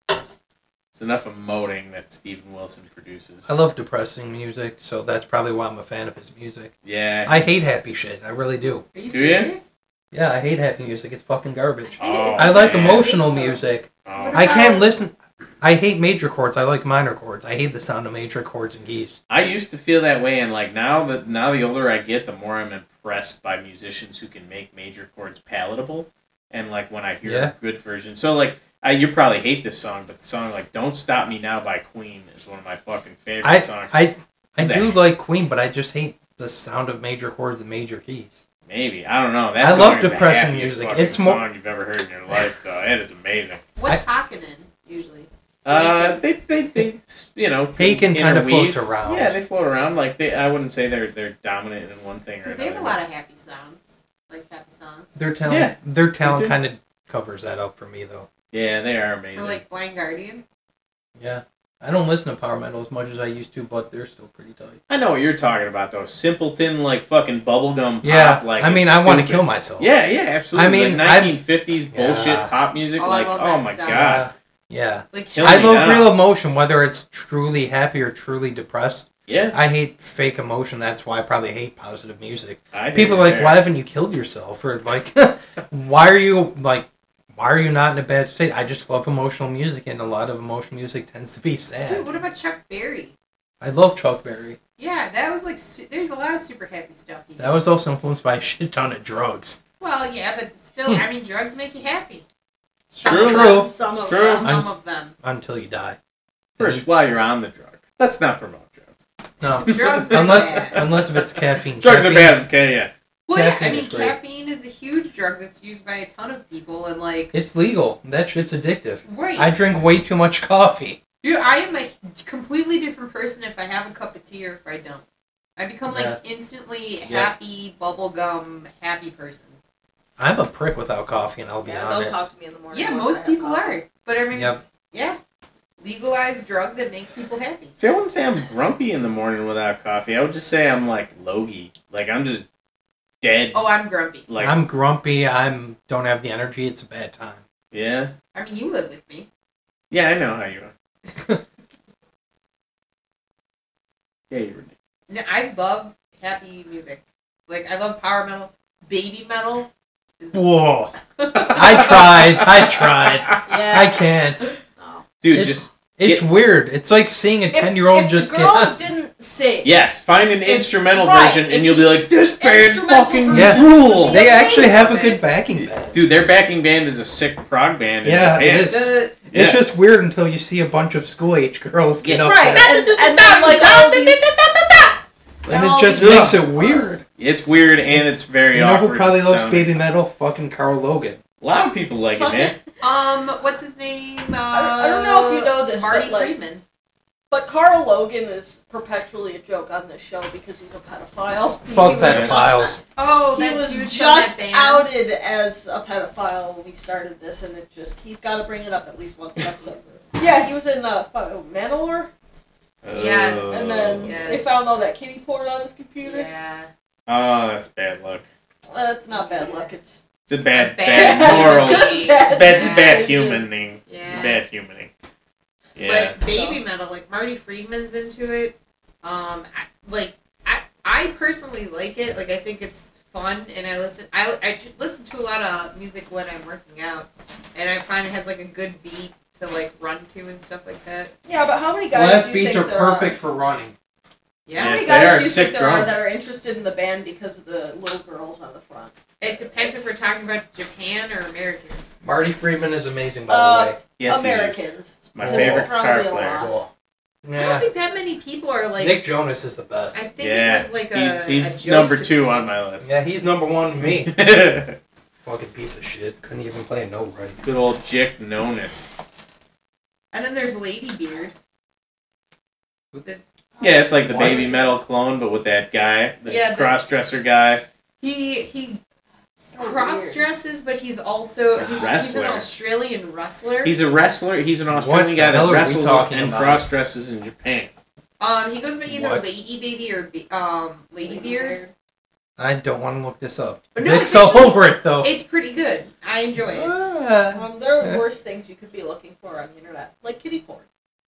C: It's enough emoting that Steven Wilson produces.
B: I love depressing music, so that's probably why I'm a fan of his music.
C: yeah.
B: I hate happy shit. I really do.
D: Are you
C: Do ya?
D: serious?
B: Yeah, I hate happy music. It's fucking garbage.
C: Oh,
B: I like
C: man.
B: emotional music.
C: Oh,
B: I can't listen. I hate major chords. I like minor chords. I hate the sound of major chords and keys.
C: I used to feel that way, and like now that now the older I get, the more I'm impressed by musicians who can make major chords palatable. And like when I hear
B: Yeah.
C: a good version, so like I, you probably hate this song, but the song like "Don't Stop Me Now" by Queen is one of my fucking favorite
B: I
C: songs.
B: I I
C: That-
B: do like Queen, but I just hate the sound of major chords and major keys.
C: Maybe I don't know.
B: I
C: That
B: love
C: song is
B: depressing
C: the happiest
B: music.
C: fucking
B: It's more-
C: song you've ever heard in your life, though. It is amazing.
D: What's Hakkinen usually?
C: Uh, they, they, they, you know,
B: Haken kind of
C: interweave.
B: floats around.
C: Yeah, they float around. Like they, I wouldn't say they're they're dominant in one thing or
D: Because
C: another.
D: they have a lot of happy sounds, like happy songs.
B: Their talent,
C: Yeah,
B: their talent
C: do.
B: kind of covers that up for me, though.
C: yeah, they are
D: Or
C: amazing.
D: like Blind Guardian.
B: Yeah, I don't listen to power metal as much as I used to, but they're still pretty tight.
C: I know what you're talking about though. Simpleton, like fucking bubblegum
B: Yeah,
C: pop. Like
B: I
C: is
B: mean, I want to
C: stupid.
B: kill myself.
C: Yeah, yeah, absolutely.
B: I mean, I-
C: like 1950s bullshit
B: Yeah.
C: pop music.
D: Oh, I
C: like,
D: love
C: oh
D: that
C: my
D: stuff.
C: god.
B: yeah.
D: Like
C: Kill
B: I
C: me
B: love
C: now.
B: real emotion, whether it's truly happy or truly depressed.
C: Yeah,
B: I hate fake emotion. That's why I probably hate positive music.
C: I think
B: People are like,
C: they're-
B: why haven't you killed yourself? Or like, why are you like, why are you not in a bad state? I just love emotional music, and a lot of emotional music tends to be
D: Dude, what
B: sad.
D: about Chuck Berry?
B: I love Chuck Berry.
D: Yeah, that was like su- there's a lot of super happy stuff. He did.
B: That was also influenced by a shit ton of drugs.
D: Well, yeah, but still,
B: Hmm.
D: I mean, drugs make you happy.
C: It's true.
B: True.
A: Some
C: It's
A: of
C: true.
A: them.
D: Some
B: I'm-
D: of them.
B: Until you die.
C: First, while you're on the drug, let's not promote drugs.
B: No.
D: Drugs are
B: unless
D: bad.
B: unless if it's caffeine.
C: Drugs are
B: Caffeine's-
C: bad. Okay, yeah.
D: Well, yeah, I
B: Caffeine
D: mean,
B: is great.
D: caffeine is a huge drug that's used by a ton of people, and like,
B: It's legal. That shit's addictive.
D: right,
B: I drink way too much coffee.
D: dude, I am a completely different person if I have a cup of tea or if I don't. I become like
B: Yeah.
D: instantly
B: Yeah.
D: happy, bubblegum happy person.
B: I'm a prick without coffee, and I'll be
A: Yeah, they'll
B: honest.
A: talk to me in the morning.
D: Yeah,
A: once I
D: most
A: have
D: people
A: coffee.
D: are, but I mean,
B: Yep.
D: it's, yeah, legalized drug that makes people happy.
C: See, I wouldn't say I'm grumpy in the morning without coffee. I would just say I'm like logy. Like I'm just dead.
D: Oh, I'm grumpy.
C: Like
B: I'm grumpy. I'm don't have the energy. It's a bad time.
C: yeah,
D: I mean, you live with me.
C: yeah. I know how you are. yeah, you're. ridiculous.
D: No, I love happy music. Like I love power metal, baby metal. is-
B: Whoa! I tried. I tried.
A: Yeah.
B: I can't.
A: No.
C: Dude,
B: It-
C: just
B: It's
C: Get-
B: weird. It's like seeing a
A: If-
B: ten-year-old
A: if
B: just
A: the
B: get.
A: girls didn't sing.
C: yes, find an
A: It's-
C: instrumental
A: right,
C: version,
A: it's
C: and you'll be like, this band
A: instrumental
C: fucking
A: version.
B: Yeah.
C: rule.
B: they actually have a
D: Okay.
B: good backing band.
C: Dude, their backing band is a sick prog band. in
B: Yeah, it
C: Japan.
B: is.
D: The,
C: Yeah.
B: It's just weird until you see a bunch of school-age girls get
C: Yeah.
B: up
A: Right.
B: there,
A: And, and then like all these,
B: and
A: all
B: it just
A: these-
B: makes it weird.
C: It's weird and it's very
B: You know
C: awkward.
B: who probably loves
C: sounding.
B: baby metal? Fucking Carl Logan.
C: A lot of people like it,
A: Fucking-
C: man.
D: um, what's his name? Uh,
A: I don't know if you know this,
D: Marty
A: but, like-
D: Friedman.
A: But Carl Logan is perpetually a joke on this show because he's a pedophile.
B: Fuck
A: He was-
B: pedophiles.
D: Oh,
A: He
D: that
A: was
D: dude from
A: just
D: that band.
A: outed as a pedophile when we started this, and it just, he's got to bring it up at least once an episode.
D: Oh, Jesus.
A: yeah, he was in uh, fu- oh, Manowar,
D: Yes.
C: Oh.
A: and then
D: yes.
A: they found all that kitty porn on his computer.
D: Yeah.
C: Oh, that's bad luck.
A: Well, that's not bad luck, it's.
C: It's a bad,
D: Bad
C: bad,
D: human.
C: moral.
D: Just
C: it's
A: bad
C: bad, it's bad
A: decisions.
C: humaning.
D: Yeah.
C: Bad humaning. Yeah.
D: But baby metal, like Marty Friedman's into it. Um, I, like I, I personally like it. Like I think it's fun, and I listen. I, I j- listen to a lot of music when I'm working out, and I find it has like a good beat to like run to and stuff like that.
A: Yeah, but how many guys
B: Last
A: do you
B: beats are
A: think there are?
B: perfect for running.
D: Yeah,
A: How many
C: Yes, they
A: guys
C: are
A: do you
C: sick
A: think there are
C: drums.
A: that are interested in the band because of the little girls on the front?
D: it depends if we're talking about Japan or Americans.
B: Marty Freeman is amazing, by
A: Uh,
B: the way.
C: yes, It is.
A: Americans.
C: It's my
B: Cool.
C: favorite guitar
A: Probably a
C: player.
A: lot.
D: I don't
B: Yeah.
D: think that many people are like.
B: Nick Jonas is the
D: I
B: best.
D: think
C: Yeah.
D: it was like a.
C: he's he's
D: a joke
C: number
D: to
C: two
D: people.
C: on my list.
B: Yeah, he's number one to me.
C: Good
B: Fucking piece of shit. Couldn't even play a note right.
C: old Jick Nonis.
D: And then there's Lady Beard.
C: Yeah, it's like the baby metal clone, but with that guy, the
D: Yeah, the-
C: cross dresser guy.
D: He he
A: So
D: cross
A: weird.
D: dresses, but he's also
C: A
D: he's, he's an
C: wrestler.
D: Australian wrestler.
C: He's a wrestler. He's an Australian
B: the
C: guy
B: hell are
C: that
B: we
C: wrestles
B: talking
C: and
B: about?
C: cross dresses in Japan.
D: um, he goes by either
B: What?
D: Lady Baby or Be- um Lady Beard.
B: I don't want to look this up.
D: No,
B: Nick's
D: it's
B: all
D: actually-
B: over it
C: Oh.
B: though.
D: It's pretty good. I enjoy it.
B: Ah.
A: Um, there
B: Yeah.
A: are worse things you could be looking for on the internet, like kitty porn.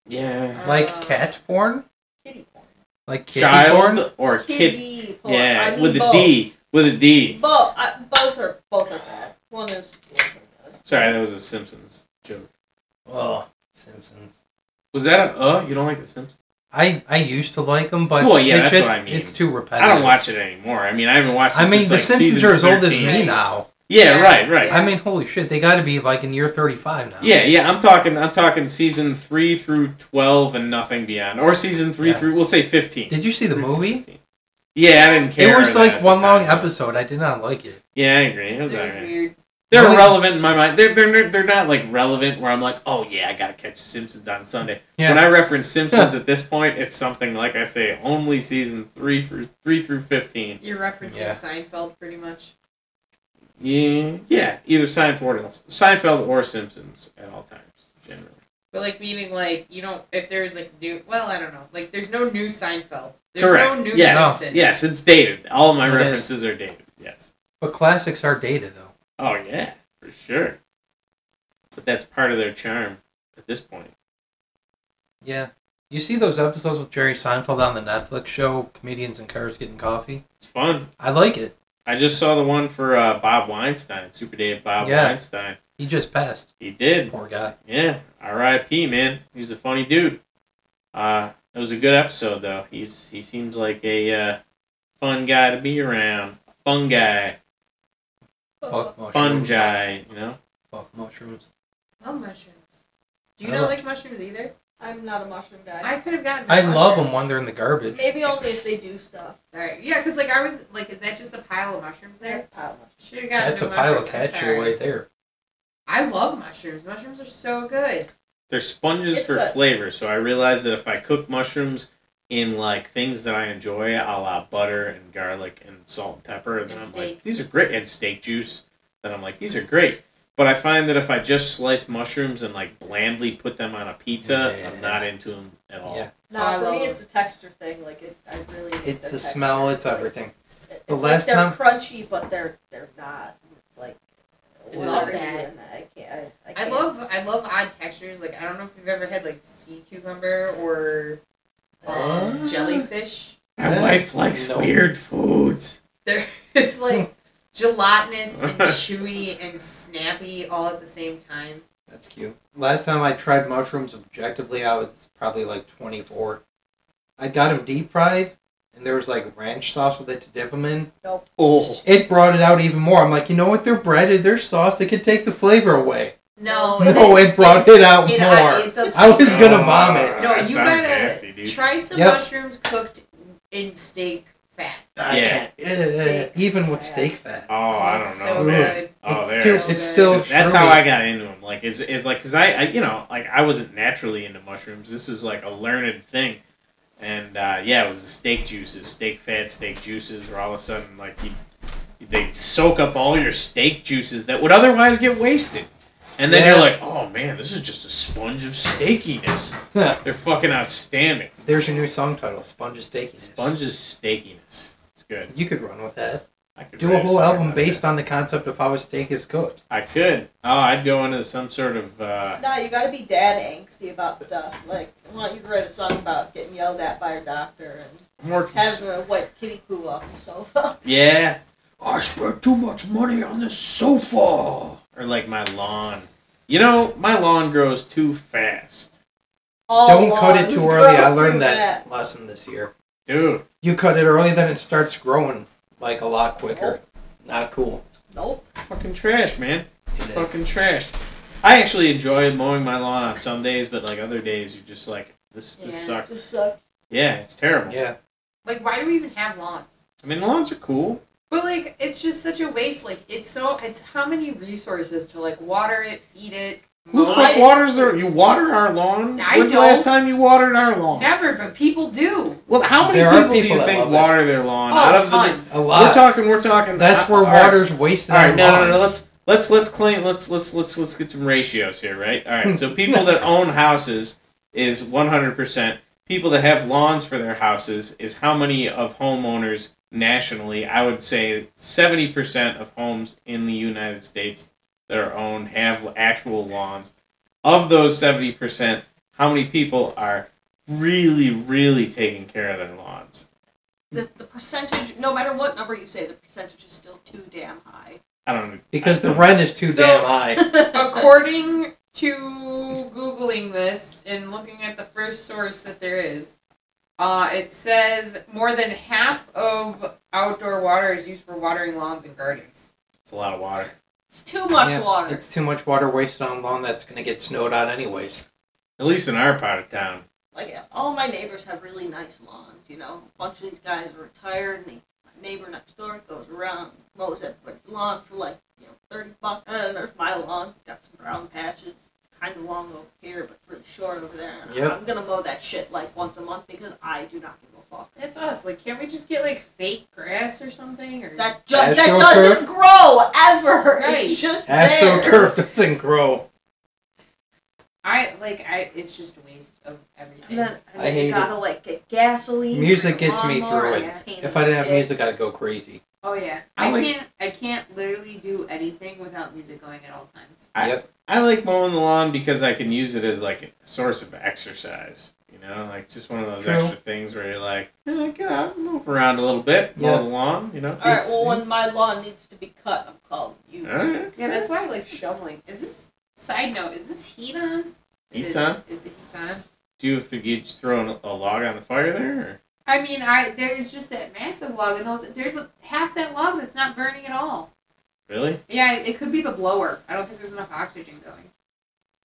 C: Yeah.
B: like
D: Uh,
B: cat porn?
A: Kitty porn.
B: Like kitty
C: Child
B: porn?
C: or kid.
A: Kitty porn.
C: Yeah,
A: I mean
C: with a
A: both.
C: D. With a D.
A: Both, I, both are both are bad. One is.
C: Sorry, that was a Simpsons joke.
B: Oh, Simpsons.
C: Was that an uh? You don't like The Simpsons?
B: I I used to like them, but
C: Well, yeah,
B: it's
C: that's what
B: just
C: I mean.
B: it's too
C: I
B: repetitive.
C: don't watch it anymore. I mean, I haven't watched. It
B: I mean,
C: since,
B: The
C: like,
B: Simpsons
C: season
B: are as old as
C: 13.
B: me now.
C: Yeah,
D: Yeah.
C: right, right.
B: I mean, holy shit, they got to be like in year thirty-five now.
C: Yeah, yeah, I'm talking. I'm talking season three through twelve and nothing beyond, or season three
B: Yeah.
C: through we'll say fifteen.
B: Did you see the
C: Three to
B: movie?
C: 15. Yeah, I didn't care.
B: It was
C: that
B: like
C: at the
B: one long
C: time.
B: episode. I did not like it.
C: Yeah, I agree. It was
D: It was
C: alright.
D: weird.
C: They're
B: Really-
C: relevant in my mind. They're, they're they're not like relevant where I'm like, oh yeah, I gotta catch Simpsons on Sunday.
B: Yeah.
C: When I reference Simpsons at this point, it's something like I say only season three for three through fifteen.
D: You're referencing
B: Yeah.
D: Seinfeld pretty much.
C: Yeah, yeah, either Seinfeld or Seinfeld or Simpsons at all times generally.
D: But like meaning like you don't if there's like new well I don't know like there's no new Seinfeld. There's
C: Correct.
D: no new
C: yes,
D: Simpsons.
C: yes, it's dated. All of my
B: It is.
C: references are dated. Yes.
B: But classics are dated though.
C: Oh yeah, for sure. But that's part of their charm at this point.
B: Yeah. You see those episodes with Jerry Seinfeld on the Netflix show, comedians and cars getting coffee.
C: It's fun.
B: I like it.
C: I just saw the one for uh, Bob Weinstein, Super Dave Bob
B: Yeah.
C: Weinstein.
B: He just passed.
C: He did.
B: Poor guy.
C: Yeah. R.I.P. Man. He's a funny dude. Uh, it was a good episode though. He's he seems like a uh, fun guy to be around. Fun guy,
B: Fuck mushrooms.
C: fungi. You know.
B: Fuck mushrooms.
D: Oh mushrooms. Do
B: I
D: you not
B: don't-
D: like mushrooms either?
A: I'm not a mushroom guy.
D: I could have gotten.
B: I love them
D: mushrooms.
B: when they're in the garbage.
A: Maybe only if they do stuff.
D: Alright, yeah, because like I was like, is that just a pile of mushrooms there?
A: That's a pile of mushrooms.
D: Should have gotten
B: That's
D: no
B: a pile of
D: mushrooms, I'm
B: cashew
D: sorry.
B: right there.
D: I love mushrooms. Mushrooms are so good.
C: They're sponges
A: It's
C: for
A: a-
C: flavor, so I realized that if I cook mushrooms in like things that I enjoy, a la butter and garlic and salt and pepper, then
D: And
C: I'm like,
D: steak.
C: these are great, and steak juice, then I'm like, these are great. But I find that if I just slice mushrooms and like blandly put them on a pizza,
B: Yeah.
C: I'm not into them at all.
B: Yeah.
D: Oh, I
A: Nah, for
D: love
A: me
D: them.
A: it's a texture thing. Like it, I really. hate
B: It's the
A: texture.
B: smell. It's
A: like-
B: everything.
A: It's
B: The
A: like
B: last
A: they're
B: time-
A: crunchy, but they're they're not. It's like.
D: I
A: what
D: love
A: are you
D: that.
A: in? I can't. I, I
D: I
A: can't.
D: love I love odd textures. Like I don't know if you've ever had like sea cucumber or um,
B: Uh.
D: jellyfish.
C: My
B: Yeah.
C: wife likes
B: No.
C: weird foods.
D: They're, it's like gelatinous and chewy and snappy all at the same time.
B: That's cute. Last time I tried mushrooms objectively, I was probably like 24. I got them deep fried, and there was like ranch sauce with it to dip them in.
C: Oh,
B: It brought it out even more. I'm like, you know what? They're breaded. They're sauce. It could take the flavor away.
D: No,
B: no,
D: that's-
B: it brought it out
D: it-
B: more.
D: it does-
B: I was gonna
C: Oh,
B: vomit.
D: No,
C: that
D: you
C: sounds
D: gotta
C: nasty, dude.
D: try some
B: Yep.
D: mushrooms cooked in steak fat.
B: I
C: Yeah.
B: can't-
D: Steak
B: even with
D: fat.
B: steak fat.
C: Oh, I don't
D: It's
C: know.
D: So
B: Ooh.
D: good.
C: Oh,
B: It's
C: there.
B: still-
C: it is.
D: it's
B: still
C: That's how
B: shroomy.
C: I got into them. Like, is is like, cause I, I, you know, like I wasn't naturally into mushrooms. This is like a learned thing, and uh, yeah, it was the steak juices, steak fat, steak juices, were all of a sudden like you, they soak up all your steak juices that would otherwise get wasted, and then
B: Yeah.
C: you're like, oh man, this is just a sponge of steakiness.
B: Huh.
C: They're fucking outstanding.
B: There's your new song title, Sponge of Steakiness.
C: Sponge of steakiness. It's good.
B: You could run with that.
C: I could
B: Do a
C: write
B: whole
C: song
B: album
C: about that.
B: based on the concept of how a steak is cooked.
C: I could. Oh, I'd go into some sort of. Uh,
A: Nah, you gotta be dad angsty about stuff. Like, I want you to write a song about getting yelled at by your doctor
C: more
A: and having a white kitty poo off the sofa.
C: Yeah. I spent too much money on this sofa. Or like my lawn. You know, my lawn grows too fast.
A: All
B: Don't cut it
A: lawns
B: too early.
A: grow
B: I
A: too
B: learned that
A: fast.
B: lesson this year.
C: Dude,
B: You cut it early, then it starts growing like a lot quicker. Not cool.
A: Nope.
C: it's fucking trash, man.
B: It is.
C: Fucking trash. I actually enjoy mowing my lawn on some days, but like other days you're just like this this
D: Yeah.
C: sucks.
A: Just suck.
C: Yeah, it's terrible.
B: Yeah.
D: Like, why do we even have lawns?
C: I mean lawns are cool.
D: But like, it's just such a waste. Like, it's so it's how many resources to like water it, feed it.
C: Who
D: mow
C: the fuck
D: it?
C: waters their you water our lawn?
D: I
C: When's the
D: don't.
C: last time you watered our lawn?
D: Never, but people do.
C: Well, how many
B: There are
C: people,
B: people
C: do you
B: that
C: think
B: love it.
C: water their lawn?
D: Oh,
C: out of
D: tons.
B: A
C: the
B: lot.
C: We're talking we're talking
B: That's
C: I-
B: where
C: all right.
B: water's wasted
C: All right,
B: on
C: no, no, no.
B: lawns.
C: Let's let's let's claim let's let's let's let's get some ratios here, right? All right. So people that own houses is one hundred percent. People that have lawns for their houses is how many of homeowners nationally? I would say seventy percent of homes in the United States that are owned have actual lawns. Of those seventy percent, how many people are really, really taking care of their lawns?
A: The, the percentage, no matter what number you say, the percentage is still too damn high.
C: I don't
B: because
C: I
B: the
C: don't-
B: rent is too
D: So-
B: damn high.
D: According to Google googling this and looking at the first source that there is. Uh, it says more than half of outdoor water is used for watering lawns and gardens.
C: It's a lot of water.
A: It's too much
B: Yeah,
A: water.
B: It's too much water wasted on lawn that's going to get snowed on anyways.
C: At least in our part of town.
A: Like yeah, all my neighbors have really nice lawns. You know, a bunch of these guys are retired, and the, my neighbor next door goes around mows everybody's lawn for like you know thirty bucks. And then there's my lawn. Got some brown patches. Kind of long over here, but really short over there. And
B: Yep.
A: I'm gonna mow that shit like once a month because I do not give a fuck.
D: That's us. Like, can't we just get like fake grass or something? Or
A: That ju- that
B: Astroturf.
A: doesn't grow ever.
D: Right.
A: It's just there.
B: Astroturf doesn't grow.
D: I like I. It's just a waste of everything.
A: And then, and
B: I
A: then
B: hate
A: you gotta like get gasoline.
B: Music
A: for your
B: gets me
A: lawnmower,
B: through
A: I
B: it.
A: got a pain in
B: If
A: the
B: I didn't have
A: dick.
B: music, I'd go crazy.
D: oh yeah,
C: I
D: I,
C: like-
D: can't. I can't literally do anything without music going at all times.
C: I-
B: yep.
C: I like mowing the lawn because I can use it as like a source of exercise. You know, like just one of those
B: True.
C: extra things where you're like, eh, get out, move around a little bit, mow
B: Yeah.
C: the lawn. You know.
A: All right.
B: It's-
A: Well, when my lawn needs to be cut, I'm calling you.
C: All right.
D: Yeah, that's why I like shoveling. Is this side note? Is this heat on? It
C: Heat's
D: is.
C: on?
D: It- It's on.
C: Do you have to get throwing a- a log on the fire there? Or?
D: I mean, I there's just that massive log, and those there's a, half that log that's not burning at all.
C: Really?
D: Yeah, it could be the blower. I don't think there's enough oxygen going.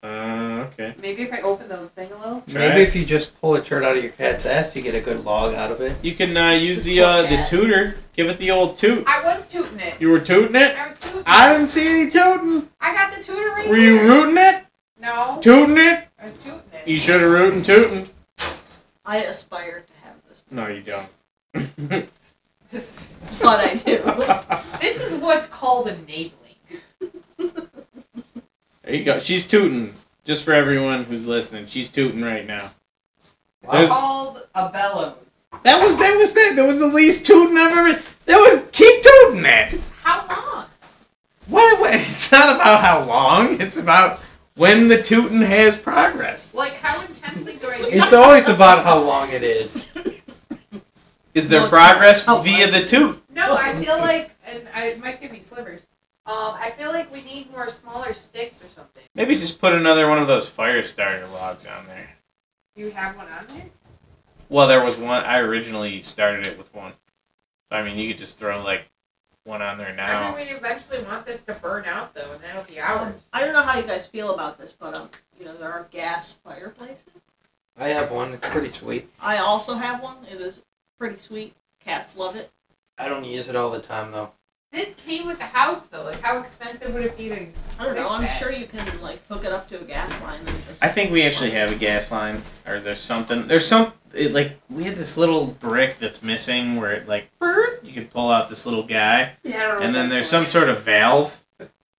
C: Uh, okay.
D: Maybe if I open the thing a little.
C: Try
B: Maybe
C: it.
B: if you just pull a turd out of your cat's ass, you get a good log out of it.
C: You can uh, use
A: Just
C: the uh,
A: look
C: the
A: at-
C: tutor. Give it the old toot.
D: I was tooting it.
C: You were tooting it.
D: I was tooting.
C: I didn't see any tooting.
D: I got the tutor right
C: Were you rooting it?
D: No,
C: Tooting it?
D: I was tooting it.
C: You should have rooting tooting.
A: I aspire to have this,
C: No, you don't.
D: This,
A: but I do.
D: this is what's called enabling.
C: There you go. She's tooting. Just for everyone who's listening, she's tooting right now.
B: Wow.
C: There's-
D: Called a bellows.
C: That was that was that. That was the least tooting I've ever. That was keep tooting it.
D: How long?
C: What? what- It's not about how long. It's about when the tooting has progress.
D: Like how intensely do I?
B: It's always about how long it is.
C: Is
A: No,
C: there
A: it's not.
C: progress
A: Oh,
C: via the toot?
D: No, I feel like, and I it might give me slivers. Um, I feel like we need more smaller sticks or something.
C: Maybe just put another one of those fire starter logs on there.
D: Do you have one on there?
C: Well, there was one. I originally started it with one. I mean, you could just throw like one on there
D: I
C: now.
D: think we eventually want this to burn out though, and that'll be ours.
A: I don't know how you guys feel about this, but um, you know there are gas fireplaces.
B: I have one. It's pretty sweet.
A: I also have one. It is pretty sweet. Cats love it.
B: I don't use it all the time though.
D: This came with the house though. Like, how expensive would it be to?
A: I don't know.
D: Fix
A: I'm
D: that.
A: sure you can like hook it up to a gas line. And just,
C: I think we actually have a gas line, or there's something. There's some it, like we had this little brick that's missing where it like burp, you could pull out this little guy,
D: Yeah, I don't know.
C: and then there's some sort of valve,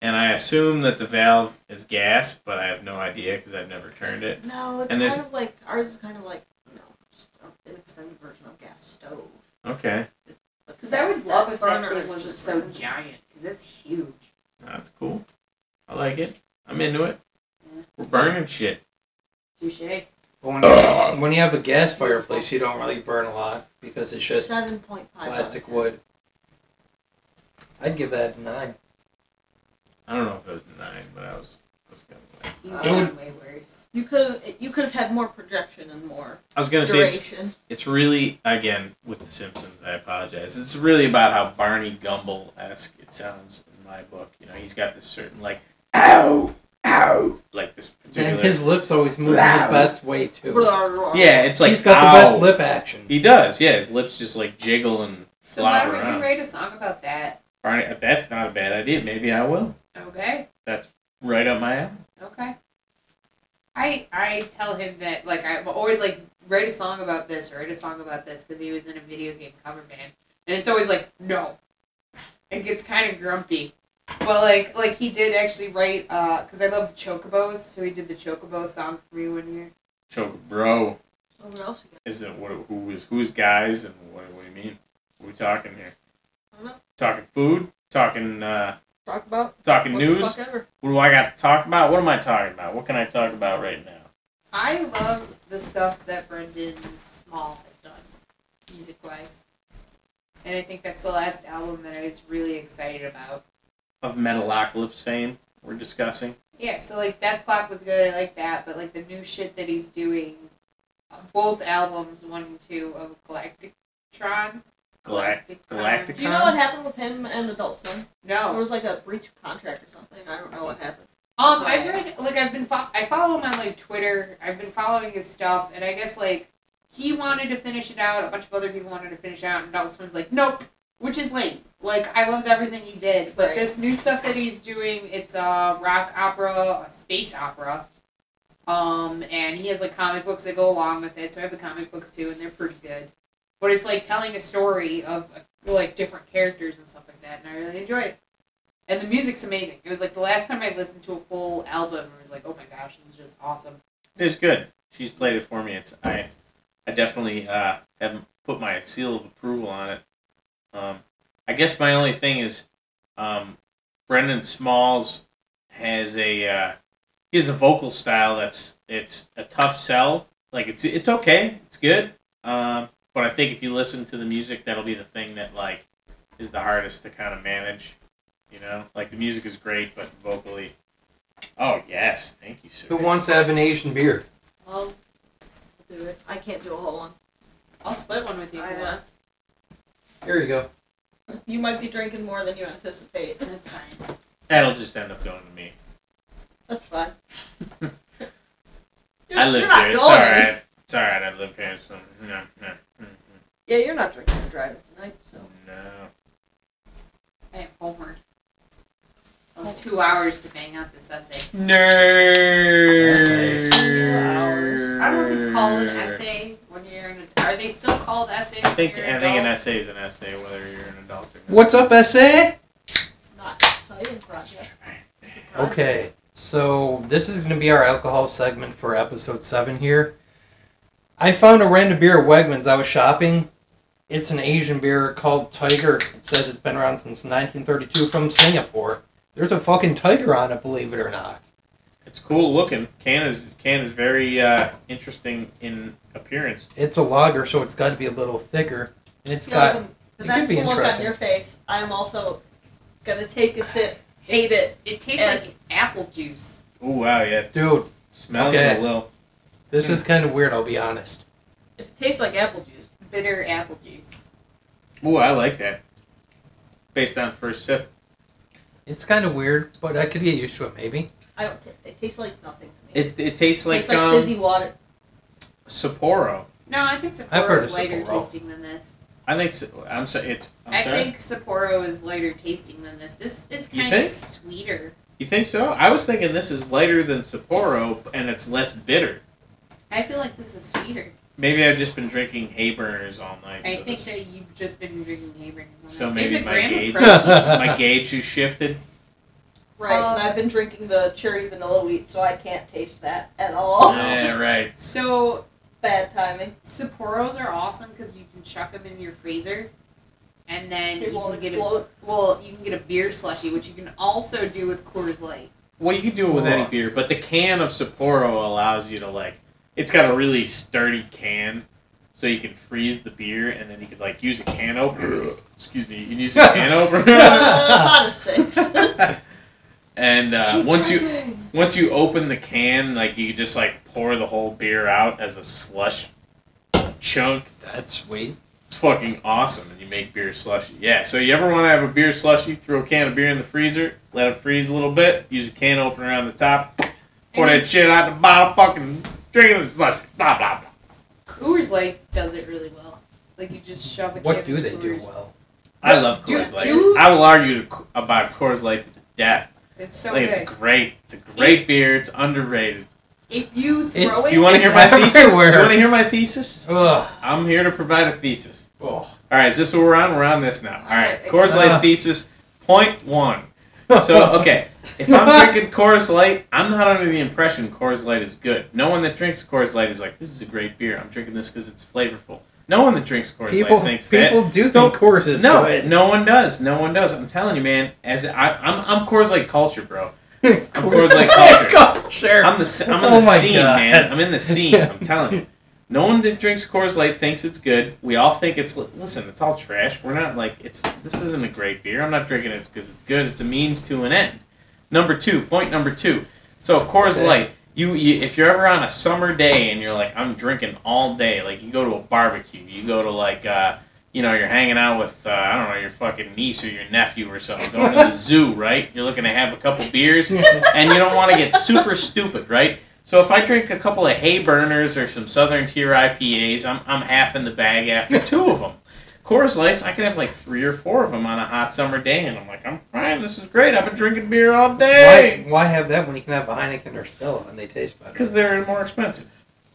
C: and I assume that the valve is gas, but I have no idea because I've never turned it.
A: no, it's
C: And there's-
A: kind of like ours is kind of like you know just a- an extended version of gas stove.
C: Okay,
D: Because I would love if that
A: burner
D: thing
A: is
D: wasn't
A: just
D: so
A: burning.
D: giant. Because it's huge.
C: that's cool. I like it. I'm into it. We're burning shit.
D: Touche.
B: But when you, when you have a gas fireplace, you don't really burn a lot because it's just
A: Seven point five
B: plastic wood. I'd give that a nine.
C: I don't know if it was nine, but I was. I was gonna, like,
D: He's
B: I
D: done way worse.
A: You could you could have had more projection and more
C: I was gonna say it's
A: duration.
C: It's really again with the Simpsons. I apologize. It's really about how Barney Gumble esque it sounds in my book. You know, he's got this certain like ow ow like this
B: And
C: particular.
B: his lips always move in the best way too.
C: yeah, it's like
B: He's got
C: "Ow."
B: the best lip action.
C: He does. Yeah, his lips just like jiggle and
D: So why
C: flop
D: don't
C: around.
D: you write a song about that?
C: Barney. That's not a bad idea. Maybe I will.
D: Okay.
C: That's right up my alley.
D: Okay. I I tell him that like I'm always like write a song about this or write a song about this because he was in a video game cover band and it's always like no. It gets kind of grumpy, but like like he did actually write uh because I love chocobos so he did the chocobo song for me one year.
C: Choke bro.
A: What else you got?
C: Is it what? Who is who's guys and what? What do you mean? What are we talking here?
A: I don't know.
C: Talking food. Talking. uh
A: Talk about
C: Talking
A: what
C: news.
A: the fuck ever.
C: What do I got to talk about? What am I talking about? What can I talk about right now?
D: I love the stuff that Brendan Small has done music wise, and I think that's the last album that I was really excited about.
C: Of Metalocalypse fame, we're discussing.
D: Yeah, so like Death Clock was good. I like that, but like the new shit that he's doing, uh, both albums one and two of Galactictron.
C: Galact- Galactic.
A: Do you know what happened with him and Adult Swim? There
D: No.
A: was like a breach of contract or something. I don't know what happened.
D: Um, I've read like I've been fo- I follow him on like Twitter. I've been following his stuff, and I guess like he wanted to finish it out. A bunch of other people wanted to finish out, and Adult Swim's like, nope, which is lame. Like I loved everything he did, but
A: Right.
D: this new stuff that he's doing, it's a rock opera, a space opera. Um, and he has like comic books that go along with it. So I have the comic books too, and they're pretty good. But it's like telling a story of like different characters and stuff like that, and I really enjoy it. And the music's amazing. It was like the last time I listened to a full album, it was like, oh my gosh, this is just awesome.
C: It's good. She's played it for me. It's I, I definitely uh, have put my seal of approval on it. Um, I guess my only thing is, um, Brendan Smalls has a uh, he has a vocal style that's it's a tough sell. Like it's it's okay, it's good. Um, but I think if you listen to the music, that'll be the thing that like is the hardest to kind of manage. You know, like the music is great, but vocally, oh yes, thank you, sir.
E: Who wants to have an Asian beer?
D: I'll I'll do it.
A: I can't do a whole one.
D: I'll split one with you.
A: I
D: if you
A: know.
D: want.
E: Here you go.
A: You might be drinking more than you anticipate.
D: That's fine.
C: That'll just end up going to me.
A: That's fine. You're-
C: I live
A: you're not
C: here. It's all
A: going any-
C: right. It's all right. I live here. So no, no, mm,
A: Yeah, you're not drinking and driving tonight, so.
C: no.
D: I have homework. I'll have two hours to bang out this essay.
C: Nerd.
D: I don't know if it's called an essay when you're an. Are they still called essays?
C: I think
D: when you're
C: I think an
D: adult?
C: essay is an essay, whether you're an adult or not.
B: What's up, SA?
A: Not exciting project.
B: Okay, so this is going to be our alcohol segment for episode 7 here. I found a random beer at Wegmans. I was shopping. It's an Asian beer called Tiger. It says it's been around since 1932 from Singapore. There's a fucking tiger on it, believe it or not.
C: It's cool looking. Can is can is very uh, interesting in appearance.
B: It's a lager, so it's got to be a little thicker. And it's
A: Yeah,
B: got.
A: but
B: it could
A: that's
B: be
A: the look on
B: interesting.
A: your face. I'm also gonna take a sip, hate it.
D: It tastes
A: And-
D: like apple juice.
C: Oh wow, yeah.
B: Dude,
C: Smells
B: Okay.
C: a little.
B: this is kind of weird, I'll be honest.
A: If it tastes like apple juice,
D: Bitter apple juice.
C: Ooh, I like that. Based on first sip.
B: It's kind of weird, but I could get used to it maybe.
A: I don't. T- it tastes like nothing to me.
C: It, it tastes like,
A: tastes like
C: um,
A: fizzy water.
C: Sapporo.
D: No, I think
B: I've heard
D: Sapporo
B: of
D: is lighter
B: Sapporo.
D: tasting than this.
C: I think. Sa- I'm sorry. It's. I'm
D: I
C: sorry.
D: think Sapporo is lighter tasting than this. This is
C: You
D: kind of
C: think?
D: sweeter.
C: You think so? I was thinking this is lighter than Sapporo and it's less bitter.
D: I feel like this is sweeter.
C: Maybe I've just been drinking Hayburners all night.
D: I
C: so
D: think
C: this-
D: that you've just been drinking Abrams.
C: so
D: There's
C: maybe
D: a
C: my
D: gram
C: gauge,
D: approach.
C: my gauge has shifted.
A: Right, and
D: Um,
A: I've been drinking the cherry vanilla wheat, so I can't taste that at
D: Oh.
A: all.
C: Yeah, right.
D: So
A: Bad timing.
D: Sapporos are awesome because you can chuck them in your freezer, and then
A: It
D: you
A: won't
D: can get
A: explode.
D: a well, you can get a beer slushy, which you can also do with Coors Light.
C: Well, you can do it with any
B: Oh.
C: beer, but the can of Sapporo allows you to like. It's got a really sturdy can, so you can freeze the beer, and then you could like use a can opener. Excuse me, you can use a can opener,
A: Uh, about a six.
C: and uh, once you once you open the can, like you just like pour the whole beer out as a slush chunk.
B: That's sweet.
C: It's fucking awesome, and you make beer slushy. Yeah, so you ever want to have a beer slushy? Throw a can of beer in the freezer, let it freeze a little bit. Use a can opener on the top, pour
D: And
C: that shit out the bottom, fucking drinking the slushy. Blah blah blah.
D: Coors Light does it really well. Like you just shove a.
B: What
D: can
B: do
D: of
B: they do
D: Coors.
B: well?
C: I love
D: Dude,
C: Coors Light.
D: dude.
C: I will argue to- about Coors Light to the death.
D: It's
C: I
D: so
C: think
D: good.
C: it's great. It's a great beer. It's underrated.
D: If you throw
B: It's-
D: it,
C: Do you want to
B: it's
C: hear my thesis? Do you
B: everywhere.
C: want to hear my thesis?
B: Ugh.
C: I'm here to provide a thesis.
B: Oh.
C: All right, is this what we're on? We're on this now. All right,
A: All
C: Coors Light
B: Uh.
C: thesis point one. So okay, if I'm drinking Coors Light, I'm not under the impression Coors Light is good. No one that drinks Coors Light is like, this is a great beer. I'm drinking this because it's flavorful. No one that drinks Coors
B: people
C: Light thinks
B: people do
C: Don't-
B: think Coors
C: that.
B: is
C: No,
B: good.
C: no one does. No one does. I'm telling you, man. As I, I'm, I'm Coors Light culture, bro. I'm Coors Light culture.
B: culture.
C: I'm the s- I'm in
B: Oh
C: the
B: my
C: scene,
B: God.
C: man. I'm in the scene. I'm telling you. No one that drinks Coors Light thinks it's good. We all think it's li- listen. It's all trash. We're not like it's. This isn't a great beer. I'm not drinking it because it's good. It's a means to an end. Number two, point number two. So Coors
B: Okay.
C: Light, you, you if you're ever on a summer day and you're like I'm drinking all day, like you go to a barbecue, you go to like uh, you know you're hanging out with uh, I don't know your fucking niece or your nephew or something, going to the zoo, right? You're looking to have a couple beers, and you don't want to get super stupid, right? So if I drink a couple of hay burners or some Southern Tier IPAs, I'm I'm half in the bag after two of them. Coors Lights, I can have like three or four of them on a hot summer day, and I'm like, I'm fine. This is great. I've been drinking beer all day.
B: Why, why have that when you can have a Heineken or Stella and they taste better?
C: Because they're more expensive.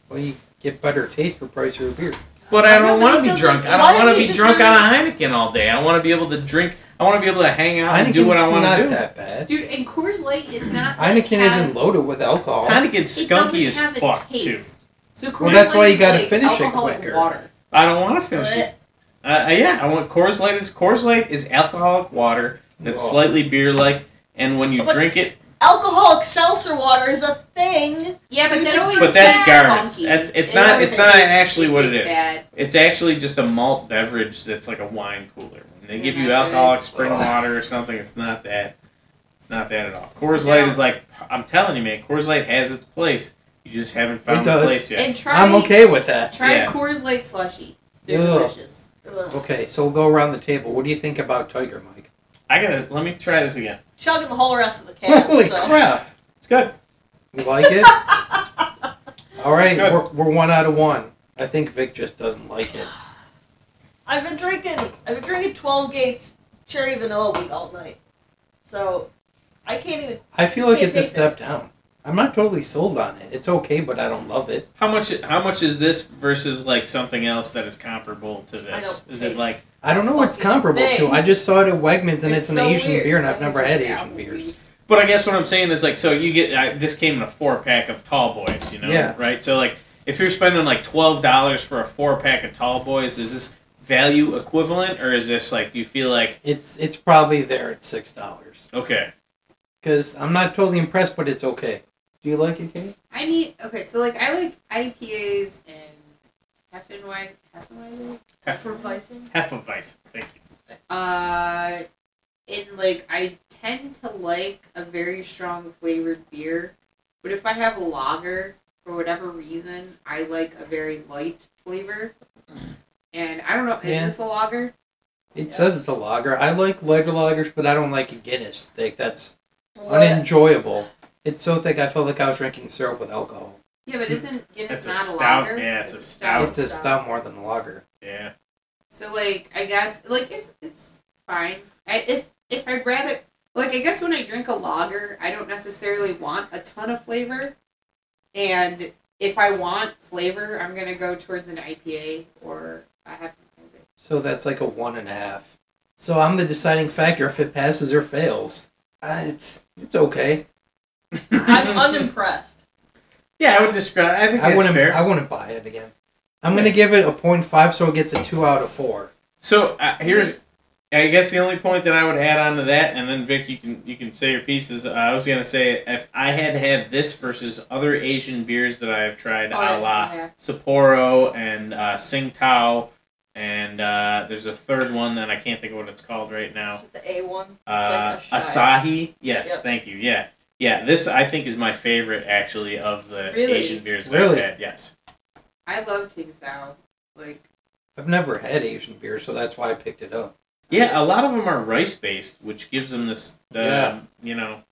B: Well, you get better taste for price of your beer.
C: But I don't
D: Nobody
C: want to be
D: does
C: drunk.
D: it.
C: I
A: Why
C: don't want
A: don't
C: to
A: you
C: be
A: just
C: drunk on
A: not-
C: a Heineken all day. I want to be able to drink. I want to be able to hang out and
B: Heineken's
C: do what I want
B: not
C: to do.
B: that bad.
D: Dude, and Coors Light, it's not. that it
B: Heineken
D: has-
B: isn't loaded with alcohol.
C: Heineken's
D: It
C: skunky
D: doesn't
C: as
D: have a
C: fuck too.
D: taste. So Coors
B: Well, that's why
D: Light
B: you
D: is
B: gotta
D: like
B: finish it
D: alcoholic
B: quicker.
D: Water.
C: I don't want to finish it. Uh, uh, yeah, I want Coors Light. Is Coors Light is alcoholic water that's
B: Well,
C: slightly beer-like, and when you
A: But
C: drink
A: it's-
C: it,
A: Alcoholic seltzer water is a thing.
D: Yeah, but
A: You
D: that
A: just-
D: always
A: But
C: that's
D: tastes
C: garbage.
D: funky.
C: That's- it's
D: It
C: not-
D: always
C: it's not
D: tastes-
C: actually what it
D: tastes
C: is.
D: bad.
C: it's actually just a malt beverage that's like a wine cooler. When they
D: Yeah,
C: give you
D: not good.
C: alcoholic spring water or something, it's not that. It's not that at all. Coors Light
D: No.
C: is like I'm telling you, man. Coors Light has its place. You just haven't found the
B: does.
C: place yet.
D: And try,
B: I'm okay with that.
D: Try
C: Yeah.
D: Coors Light slushy. They're
B: Ugh.
D: delicious.
A: Ugh.
B: Okay, so we'll go around the table. What do you think about Tiger Mike?
C: I gotta let me try this again.
A: Chugging the whole rest of the can.
B: Holy
A: so.
B: crap!
C: It's good.
B: You like it? All right,
C: Good.
B: we're, we're one out of one. I think Vic just doesn't like it.
A: I've been drinking. I've been drinking Twelve Gates cherry vanilla wheat all night, so I can't even.
B: I feel like
A: Can't
B: it's a
A: taste it.
B: step down. I'm not totally sold on it. It's okay, but I don't love it.
C: How much? How much is this versus like something else that is comparable to this?
A: don't
C: Is it
A: taste.
C: like
B: I don't know what's
A: Fucking
B: comparable to.
A: thing.
B: I just saw it at Wegmans, and it's,
A: It's
B: an
A: so
B: Asian
A: weird.
B: beer, and I've
D: I
B: never
D: think
B: had
D: it's
B: Asian
D: Applebee's.
B: beers.
C: But I guess what I'm saying is like, so you get I, this came in a four pack of Tall Boys, you know,
B: Yeah.
C: right? So like, if you're spending like twelve dollars for a four pack of Tall Boys, is this value equivalent, or is this like, do you feel like
B: It's it's probably there at six dollars
C: okay,
B: because I'm not totally impressed, but it's okay. Do you like it, Kate?
D: I need okay, so like I like IPAs and Heffenweiss Heffenweiser.
A: Hefeweizen.
C: Hefeweizen? Thank you.
D: Uh, and like I tend to like a very strong flavored beer, but if I have a lager for whatever reason, I like a very light flavor. And I don't know, is
B: Yeah.
D: this a lager?
B: It
D: Yes.
B: says it's a lager. I like lager lagers, but I don't like a Guinness thick. That's
A: What?
B: unenjoyable. It's so thick I felt like I was drinking syrup with alcohol.
D: Yeah, but isn't
C: It's
D: Guinness
C: a
D: not a
C: stout.
D: lager?
C: Yeah, it's a stout.
B: It's a stout more than a lager.
C: Yeah,
D: So like I guess like it's it's fine. I, if if I'd rather like I guess when I drink a lager, I don't necessarily want a ton of flavor, and if I want flavor, I'm gonna go towards an IPA or a Hefeweizen.
B: So that's like a one and a half. So I'm the deciding factor if it passes or fails. Uh, it's it's okay.
A: I'm unimpressed.
C: yeah. I would describe. I think
B: I
C: that's
B: wouldn't
C: fair.
B: I wouldn't buy it again. I'm gonna give it a point five, so it gets a two out of four.
C: So uh, here's, I guess the only point that I would add on to that, and then Vic, you can you can say your pieces. Uh, I was gonna say if I had to have this versus other Asian beers that I have tried,
D: Oh,
C: a la
D: yeah.
C: Sapporo and uh, Tsingtao, and uh, there's a third one that I can't think of what it's called right now.
A: Is it the A one.
C: Uh,
A: It's like a shy.
C: Asahi, yes,
A: Yep.
C: thank you. Yeah, yeah. This I think is my favorite actually of the
D: Really?
C: Asian beers that
B: Really?
C: I've had. Yes,
D: I love Ting Sao. Like
B: I've never had Asian beer, so that's why I picked it up.
C: yeah. A lot of them are rice based, which gives them this, um,
B: Yeah.
C: you know,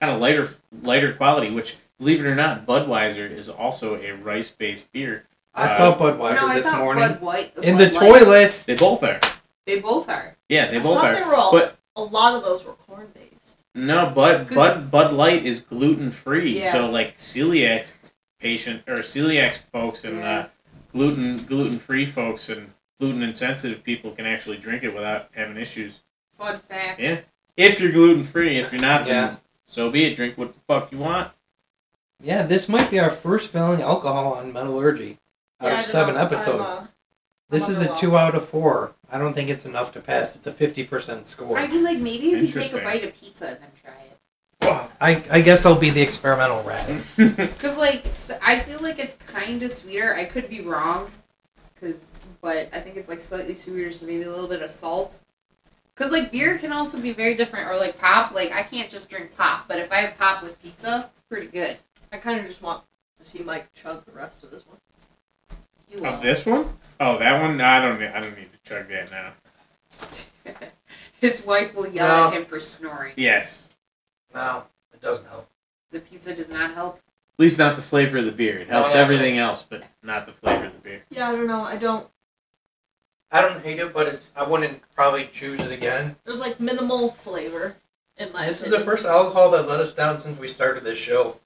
C: kind of lighter lighter quality. Which believe it or not, Budweiser is also a rice based beer.
B: I
C: Uh,
B: saw Budweiser
D: no, I
B: this
D: thought
B: morning
D: Bud White
B: in the
D: Bud Light-
B: toilet.
C: They both are.
D: They both are.
C: Yeah, they
A: I
C: both
A: thought
C: are.
A: they were all-
C: But
A: A lot of those were corn based.
C: No, Bud
D: 'Cause-
C: Bud Bud Light is gluten free,
D: Yeah.
C: so like celiac patient or celiac folks and
D: Yeah.
C: uh, gluten gluten free folks and gluten insensitive people can actually drink it without having issues.
D: Fun fact.
C: Yeah. If you're gluten free, if you're not,
B: Yeah.
C: then so be it. Drink what the fuck you want.
B: Yeah, this might be our first failing alcohol on metallurgy out
A: Yeah, I
B: of
A: don't
B: seven
A: know. I'm,
B: episodes.
A: uh,
B: this is a
A: underwhelmed.
B: two out of four. I don't think it's enough to pass. It's a fifty percent score.
D: I'd be like maybe if you take a
C: Interesting.
D: bite of pizza and then try it.
B: I, I guess I'll be the experimental rat.
D: Because like s I I feel like it's kind of sweeter. I could be wrong, cause but I think it's like slightly sweeter, so maybe a little bit of salt. Because like beer can also be very different, or like pop. Like I can't just drink pop, but if I have pop with pizza, it's pretty good.
A: I kind of just want to see Mike chug the rest of this one.
D: You will.
C: Of this one? Oh, that one? No, I don't. need- I don't need to chug that now.
D: His wife will yell
E: No.
D: at him for snoring.
C: Yes.
E: No, it doesn't help.
D: The pizza does not help.
C: At least not the flavor of the beer. It helps
E: No, no,
C: everything else, but not the flavor of the beer.
A: Yeah, I don't know. I don't.
E: I don't hate it, but it's, I wouldn't probably choose it again.
A: There's like minimal flavor in my.
E: This is the
A: opinion.
E: first alcohol that let us down since we started this show.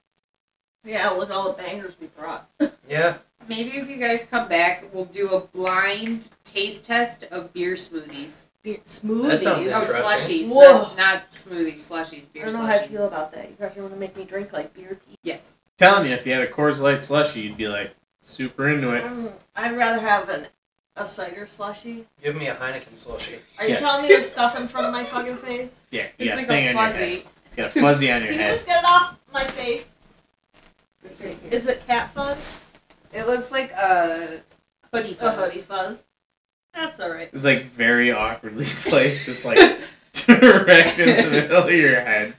A: Yeah, with all the bangers we brought.
E: Yeah,
D: Maybe if you guys come back, we'll do a blind taste test of beer smoothies.
A: Be- Smoothies.
E: That sounds
D: Oh,
E: Interesting.
D: slushies.
A: Whoa.
D: Not, not smoothies, slushies. Beer
A: I don't know
D: slushies.
A: how I feel about that. You guys want to make me drink like beer pee?
D: yes.
C: telling you, if you had a Coors Light slushy, you'd be like super into it.
A: Mm, I'd rather have an a cider slushy.
E: give me a Heineken slushie.
A: Are you
C: Yeah.
A: telling me there's stuff in front of my fucking face?
C: Yeah,
D: It's
C: yeah,
D: like
C: thing
D: a
C: on your head.
D: fuzzy.
C: You got a fuzzy on your
A: Can you
C: head.
A: just get it off my face?
D: It's right here.
A: Is it cat fuzz?
D: It looks like a hoodie
A: Oh,
D: fuzz.
A: hoodie fuzz. That's alright.
C: It's like very awkwardly placed, just like direct in the middle of your head.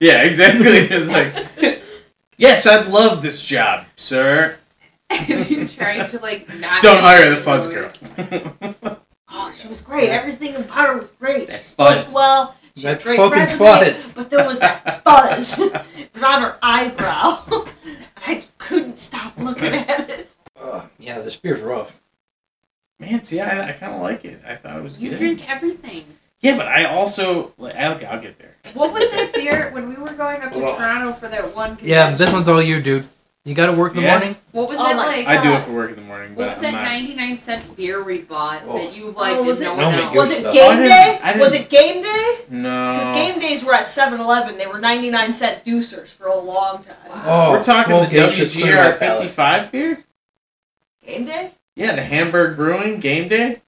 C: Yeah, exactly. It's like, yes, I'd love this job, sir.
D: and you tried to like not.
C: Don't
D: make
C: hire the
D: it
C: fuzz girl.
D: yours.
A: Oh, she was great. Everything about her was great.
C: That
A: She spoke
C: fuzz.
A: well. She had
B: That
A: great
B: fucking
A: resume,
B: fuzz.
A: But there was that fuzz. it was on her eyebrow. I couldn't stop looking at it.
B: Ugh, yeah, this beer's rough.
C: Man, see, I, I kind of like it. I thought it was
D: You
C: good.
D: drink everything.
C: Yeah, but I also like. I'll, I'll get there.
D: What was that beer when we were going up to
C: Ugh.
D: Toronto for that one? Convention,
B: Yeah, this one's all you, dude. You got to work in the
C: Yeah.
B: morning.
D: What was
A: Oh
D: that
A: my
D: like?
C: I do have to work in the morning,
D: What
C: but
D: was
C: I'm
D: that
C: not.
D: ninety-nine cent beer we bought
E: Whoa.
D: that you liked
A: Oh, was
D: and
A: it-
D: no
B: No,
D: one
B: we
D: else?
B: Good
A: Was it
B: stuff.
C: I
A: game
C: didn't-
A: day?
C: I
A: Was
C: didn't- Uh.
A: it game day?
C: No.
A: Because game days were at 7 Eleven. They were 99 cent deucers for a long time.
B: Oh,
C: We're talking
B: 12
C: the
B: gauge just cleared my
C: WGR
B: palate.
C: 55 beer?
A: Game day?
C: Yeah, the Hamburg Brewing Game Day?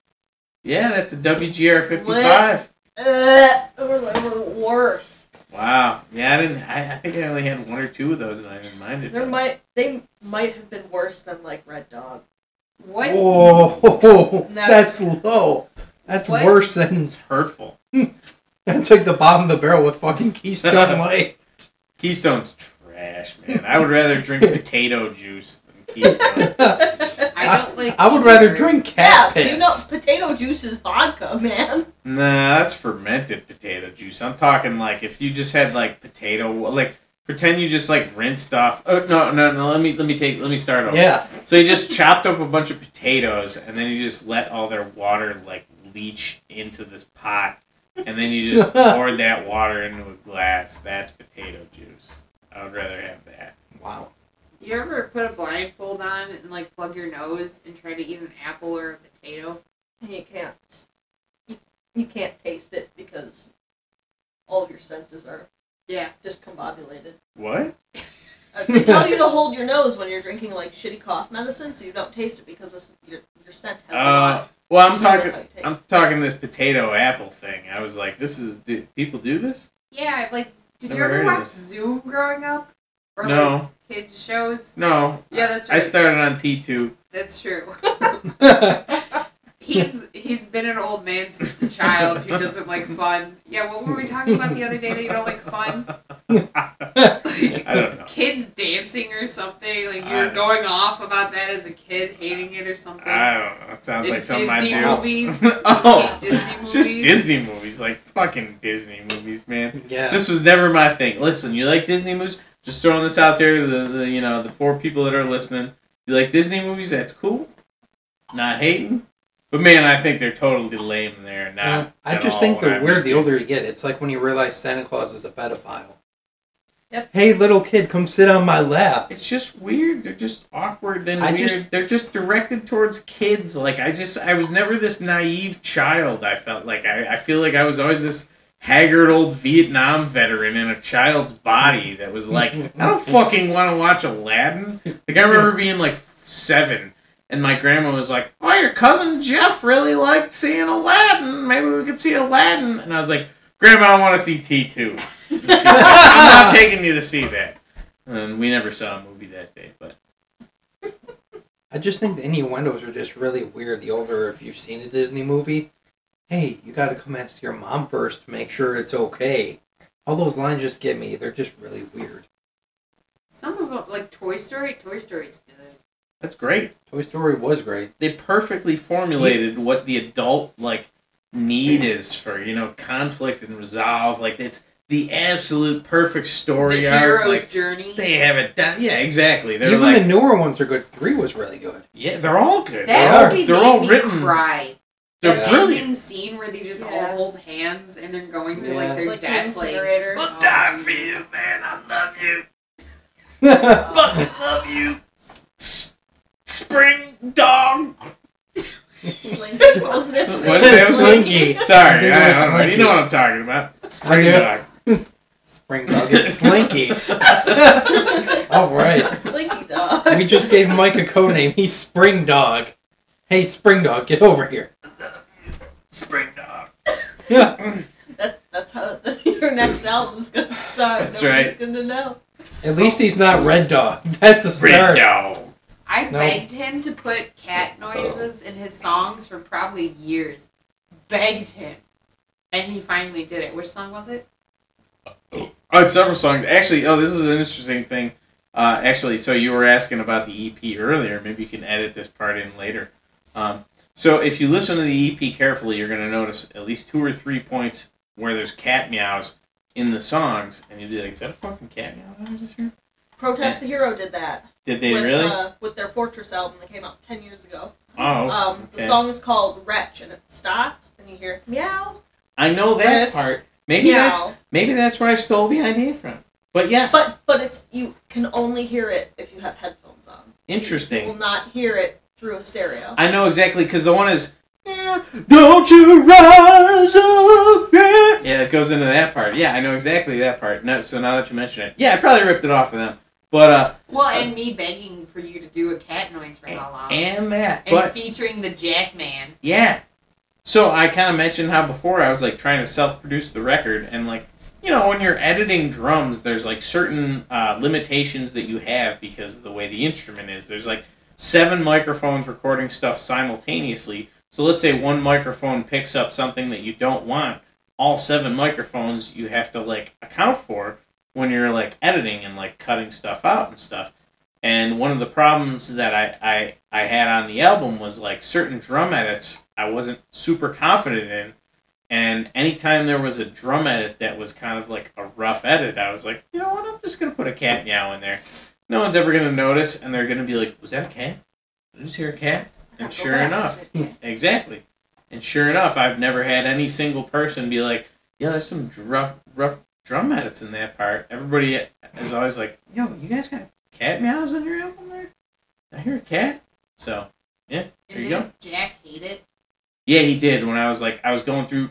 C: Yeah, that's a WGR 55.
A: Uh, they were they were the worst.
C: Wow. Yeah, I didn't. I, I think I only had one or two of those, and I didn't mind it.
A: There might they might have been worse than like Red Dog.
D: What?
B: Whoa,
A: That's-
B: that's low. That's
D: What?
B: worse than
C: It's hurtful.
B: that's like the bottom of the barrel with fucking Keystone Light.
C: Keystone's trash, man. I would rather drink potato juice than Keystone.
D: I don't like.
B: I would
D: either.
B: rather drink cat
A: yeah,
B: piss.
A: you know, potato juice is vodka, man.
C: nah, that's fermented potato juice. I'm talking like if you just had like potato, like pretend you just like rinsed off. Oh no, no, no. Let me let me take let me start over.
B: yeah,
C: So he just chopped up a bunch of potatoes, and then he just let all their water like leach into this pot, and then you just poured that water into a glass. That's potato juice. I would rather have that.
B: wow.
D: You ever put a blindfold on and like plug your nose and try to eat an apple or a potato?
A: And you can't you, you can't taste it because all of your senses are
D: Yeah.
A: discombobulated.
C: What?
A: Uh, they tell you to hold your nose when you're drinking like shitty cough medicine, so you don't taste it because it's, your your scent has a
C: Uh,
A: lot.
C: well,
A: to
C: I'm
A: do with
C: talking.
A: how you taste.
C: I'm talking this potato apple thing. I was like, this is. Do people do this?
D: Yeah, like did
C: Never
D: you ever
C: heard of
D: watch
C: this.
D: Zoom growing up? Or like
C: No,
D: kids shows?
C: no.
D: Yeah, that's right.
C: I started on T two.
D: that's true. He's he's been an old man since a child who doesn't like fun. Yeah, what were we talking about the other day that you don't like fun? Like,
C: I don't know.
D: kids dancing or something. Like
C: I
D: you were
C: don't-
D: going off about that as a kid, hating it or something.
C: I don't know. It sounds
D: In
C: uh, like something I
D: Disney
C: do.
D: movies.
C: oh,
D: Disney movies.
C: just Disney movies, like fucking Disney movies, man.
B: Yeah,
C: This was never my thing. Listen, you like Disney movies? Just throwing this out there to the, the you know the four people that are listening. You like Disney movies? That's cool. Not hating, but man, I think they're totally lame. And they're
B: Uh,
C: not.
B: I
C: at
B: just
C: all
B: think
C: what
B: they're
C: I'm
B: weird the
C: into.
B: older you get. It's like when you realize Santa Claus is a pedophile.
A: Yep.
B: Hey, little kid, come sit on my lap.
C: It's just weird. They're just awkward and
B: I
C: weird.
B: just-
C: They're just directed towards kids. Like I just, I was never this naive child. I felt like I, I feel like I was always this haggard old Vietnam veteran in a child's body that was like, I don't fucking want to watch Aladdin. Like I remember being like seven. And my grandma was like, "Oh, your cousin Jeff really liked seeing Aladdin. Maybe we could see Aladdin." And I was like, "Grandma, I want to see T 2 I'm not taking you to see that." And we never saw a movie that day, but
B: I just think the innuendos are just really weird the older if you've seen a Disney movie. hey, you got to come ask your mom first to make sure it's okay. All those lines just get me. They're just really weird.
D: Some of them, like Toy Story, Toy Story's good.
C: That's great.
B: Toy Story was great.
C: They perfectly formulated what the adult like need is for you know conflict and resolve. Like it's the absolute perfect story
D: the
C: arc.
D: hero's
C: Like
D: journey.
C: they have it done. Yeah, exactly. They're
B: Even
C: like
B: the newer ones are good. Three was really good.
C: yeah, they're all good.
B: They
D: that
B: are.
D: movie
C: They're
D: made
C: all
D: me
C: written.
D: cry.
C: They're
D: that
B: Yeah.
C: brilliant.
D: ending scene where they just
A: Yeah.
D: all hold hands and they're going to
B: Yeah.
D: like their
A: like the
D: death. Like,
A: incinerator.
C: I'll die for you, man. I love you. Fucking love you. S- spring dog.
A: Slinky, wasn't it?
C: What's that?
B: Slinky.
C: Sorry,
B: I
C: I,
B: think it was
C: don't know. You
B: Slinky.
C: know what I'm talking about. Spring
B: Yeah.
C: dog.
B: Spring Dog, it's Slinky. All right.
A: Slinky dog.
B: We just gave Mike a code name. He's Spring Dog. Hey, Spring Dog, get over here.
C: Spring dog.
B: Yeah.
A: That, that's how your next album's gonna start.
C: That's
A: Nobody's
C: right.
A: gonna know.
B: At least he's not Red Dog. That's a
C: Red
B: start.
C: dog.
D: I
B: No.
D: begged him to put cat
C: Oh.
D: noises in his songs for probably years. Begged him. And he finally did it. Which song was it?
C: I had several songs. Actually, oh, this is an interesting thing. Uh, actually, so you were asking about the EP earlier. Maybe you can edit this part in later. Um, so if you listen to the EP carefully, you're going to notice at least two or three points where there's cat meows in the songs, and you'll be like, "Is that a fucking cat meow that I just heard?"
A: Protest the Hero did that
C: Did they
A: with
C: really?
A: uh, with their Fortress album that came out ten years ago.
C: oh,
A: Um, the
C: okay.
A: song's called Wretch, and it stops, and you hear meow,
C: I know that
A: That's-
C: part. Maybe that's
A: meow.
C: maybe that's where I stole the idea from. But yes,
A: But but it's you can only hear it if you have headphones on. You will
C: interesting.
A: not hear it through a stereo.
C: I know exactly because the one is Don't you rise up yeah. Yeah, it goes into that part. Yeah, I know exactly that part. No, so now that you mention it, yeah, I probably ripped it off of them. But uh,
D: Well, and me begging for you to do a cat noise for how long? And,
C: and that, but
D: featuring the Jackman.
C: yeah. So I kind of mentioned how before I was like trying to self-produce the record, and like you know when you're editing drums, there's like certain uh, limitations that you have because of the way the instrument is. There's like seven microphones recording stuff simultaneously. So let's say one microphone picks up something that you don't want. All seven microphones you have to like account for when you're like editing and like cutting stuff out and stuff. And one of the problems that I, I, I had on the album was like certain drum edits I wasn't super confident in. And anytime there was a drum edit that was kind of like a rough edit, I was like, you know what? I'm just going to put a cat meow in there. No one's ever going to notice. And they're going to be like, was that a cat? Did I just hear a cat? And
D: Go
C: sure
D: back.
C: enough, Exactly. And sure enough, I've never had any single person be like, "Yeah, there's some rough, rough drum edits in that part." Everybody is always like, "Yo, you guys got cat meows on your album there? Did I hear a cat." So
D: And
C: There you go.
D: didn't Jack hate it?
C: yeah, he did. When I was like, I was going through,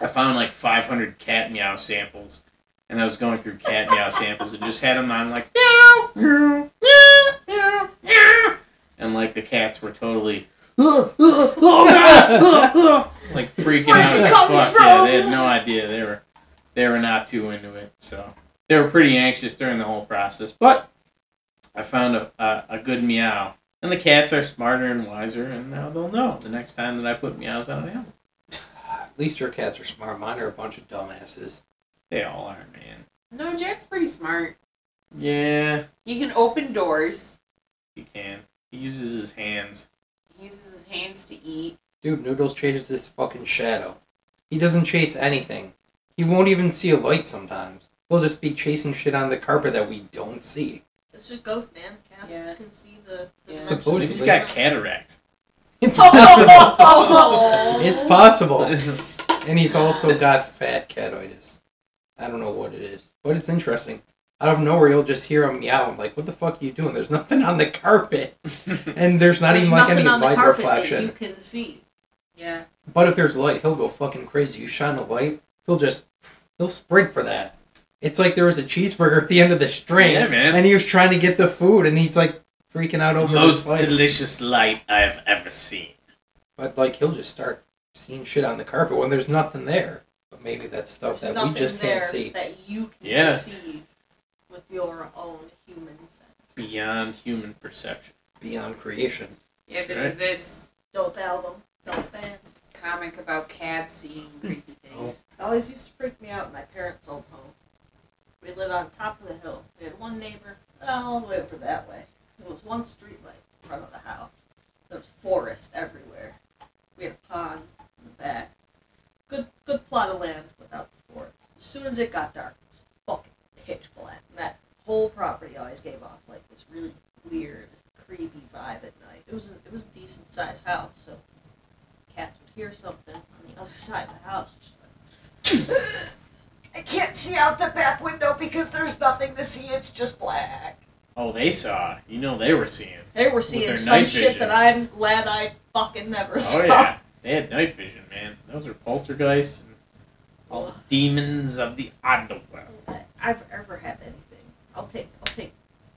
C: I found like 500 cat meow samples, and I was going through cat meow samples and just had them on like meow, meow, meow, meow, meow, and like the cats were totally
B: oh, God.
C: like freaking
D: Where's
C: out
D: it
C: as
D: coming
C: fuck. Yeah, they
D: from?
C: had no idea. They were they were not too into it, so they were pretty anxious during the whole process. But I found a a, a good meow, and the cats are smarter and wiser, and now they'll know the next time that I put meows on the album.
B: At least your cats are smart. Mine are a bunch of dumbasses.
C: They all are, man.
D: No, Jack's pretty smart.
C: Yeah,
D: He can open doors.
C: he can. He uses his hands.
D: He uses his hands to eat.
B: Dude, Noodles chases this fucking shadow. He doesn't chase anything. He won't even see a light sometimes. He'll just be chasing shit on the carpet that we don't see.
A: It's just ghosts, man. Cats
D: Yeah.
A: can see the. the
D: Yeah.
A: dimensions.
C: Maybe
B: Supposedly.
C: He's got cataracts.
B: It's possible.
D: Oh.
B: it's possible.
C: Psst.
B: And he's also got fat catoitis. I don't know what it is, but it's interesting. Out of nowhere, you'll just hear him meow. I'm like, what the fuck are you doing? There's nothing on the carpet. And there's not
A: There's
B: even like
A: nothing
B: any
A: on the
B: light
A: carpet
B: reflection.
A: That you can see.
D: Yeah.
B: But if there's light, he'll go fucking crazy. You shine a light, he'll just he'll sprint for that. It's like there was a cheeseburger at the end of the string,
C: Yeah, man.
B: and he was trying to get the food, and he's like freaking out over
C: Most
B: this light.
C: delicious light I have ever seen.
B: but like he'll just start seeing shit on the carpet when there's nothing there. But maybe that's stuff
A: There's
B: that we
A: nothing
B: just
A: there
B: can't see.
A: That you can
C: Yes.
A: see with your own human sense.
C: Beyond human perception.
B: Beyond creation,
D: Yeah,
C: Right.
D: there's this
A: Dope album. Dope band.
D: comic about cats seeing creepy things.
A: It always used to freak me out in my parents' old home. We lived on top of the hill. We had one neighbor all the way over that way. There was one street light in front of the house. There was forest everywhere. We had a pond in the back. Good good plot of land without the forest. As soon as it got dark, it was fucking pitch black. And that whole property always gave off like this really weird, creepy vibe at night. It was a, it was a decent sized house, so cats would hear something on the other side of the house. Just I can't see out the back window because there's nothing to see. It's just black.
C: Oh, they saw. it. You know they were seeing.
A: They were
C: their
A: seeing
C: night
A: some shit
C: vision.
A: that I'm glad I fucking never saw.
C: Oh yeah, they had night vision, man. Those are poltergeists and all the demons of the underworld.
A: I- I've ever had anything. I'll take I'll take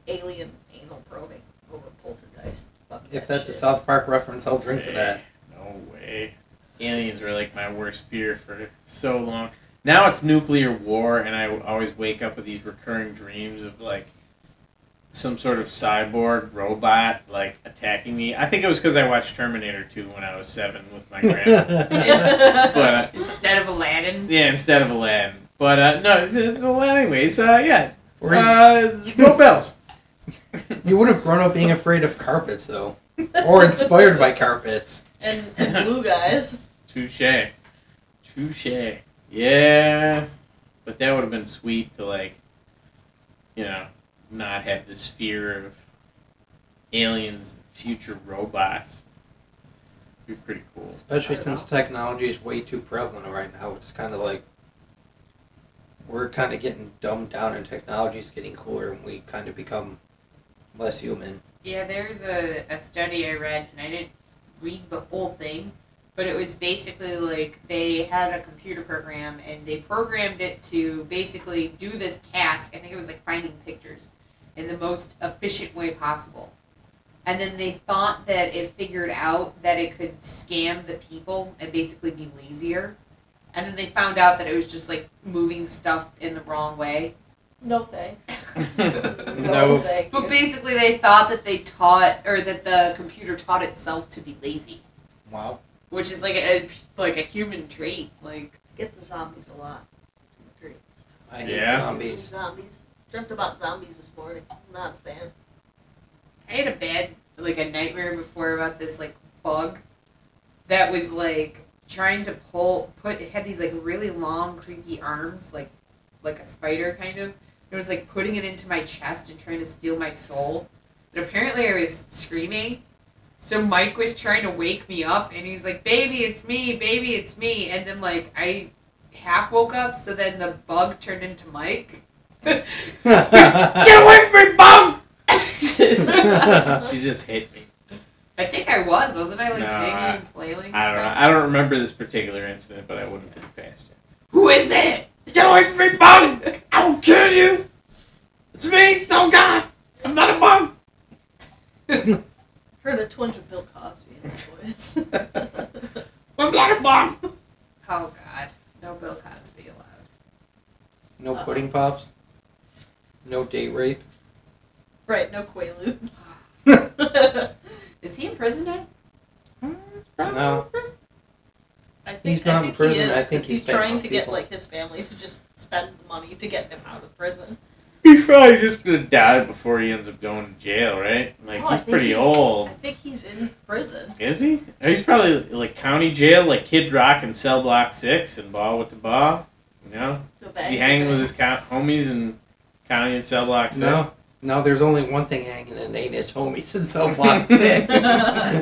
A: alien anal probing over poltergeist. Fuck that
B: If that's a
A: shit.
B: South Park reference, I'll drink to
C: Hey,
B: that.
C: No way. Aliens were like my worst fear for so long. Now it's nuclear war, and I always wake up with these recurring dreams of like some sort of cyborg robot like attacking me. I think it was because I watched Terminator 2 when I was seven with my grandma.
B: Oh.
C: but uh,
D: Instead of Aladdin.
C: yeah, instead of Aladdin. But uh, no, it's, it's, well, anyways, uh, yeah.
B: Or you-
C: Uh, no bells.
B: you would have grown up being afraid of carpets, though, or inspired by carpets.
A: and and blue guys.
C: Touche. Touche. Yeah. But that would have been sweet to, like, you know, not have this fear of aliens, future robots. Be pretty cool.
B: Especially since technology is way too prevalent right now. It's kind of like we're kind of getting dumbed down, and technology's getting cooler, and we kind of become less human.
D: Yeah, there's a, a study I read, and I didn't read the whole thing, but it was basically like they had a computer program and they programmed it to basically do this task. I think it was like finding pictures in the most efficient way possible. And then they thought that it figured out that it could scam the people and basically be lazier. And then they found out that it was just like moving stuff in the wrong way.
A: No thanks.
B: No.
A: thank
D: But
A: you.
D: basically, they thought that they taught, or that the computer taught itself to be lazy,
B: Wow.
D: which is like a like a human trait. Like
A: Get the zombies a lot. Dreams.
B: I hate
C: Yeah.
B: zombies.
A: Zombies. Dreamt about zombies this morning. Not a fan.
D: I had a bad like a nightmare before about this like bug that was like trying to pull put it had these like really long creepy arms like like a spider kind of. It was like putting it into my chest and trying to steal my soul. But apparently I was screaming. So Mike was trying to wake me up and he's like, Baby, it's me, baby, it's me and then like I half woke up so then the bug turned into Mike.
C: Get away from me, bum!
B: I
C: she just hit me.
D: I think I was, wasn't I like
C: No,
D: hanging
C: I-
D: and flailing and
C: I don't know.
D: stuff?
C: I don't remember this particular incident, but I wouldn't put it past it.
D: Who is it?
C: Get away from me, bum! I will kill you! It's me! Oh, God! I'm not a bum!
A: Heard a twinge of Bill Cosby in that voice.
C: I'm not a bum!
D: Oh God, no Bill Cosby allowed.
B: no pudding pops. No date rape.
A: right, no Quaaludes.
D: Is he in prison now?
B: No.
A: I think,
B: He's
A: I
B: not in
A: think
B: prison,
A: He is,
B: I think
A: 'cause
B: he's
A: he's
B: paying
A: trying
B: off
A: to get
B: people.
A: like his family to just spend the money to get him out of prison.
C: He's probably just gonna die before he ends up going to jail, right? Like
A: Oh, I
C: he's
A: think
C: pretty
A: he's-
C: old.
A: I think he's in prison.
C: Is he? He's probably like county jail, like Kid Rock in Cell Block Six and Ball with the Ball. You know,
A: So
C: is
A: bad.
C: he hanging with his co- homies in county and Cell Block Six?
B: No. No, there's only one thing hanging, and ain't his homies in cell block six.
A: No, I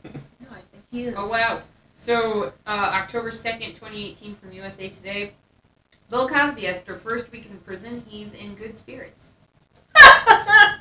A: think he is.
D: Oh wow. So uh, October second, twenty eighteen, from USA Today. Bill Cosby, after first week in prison, he's in good spirits.
A: I'm,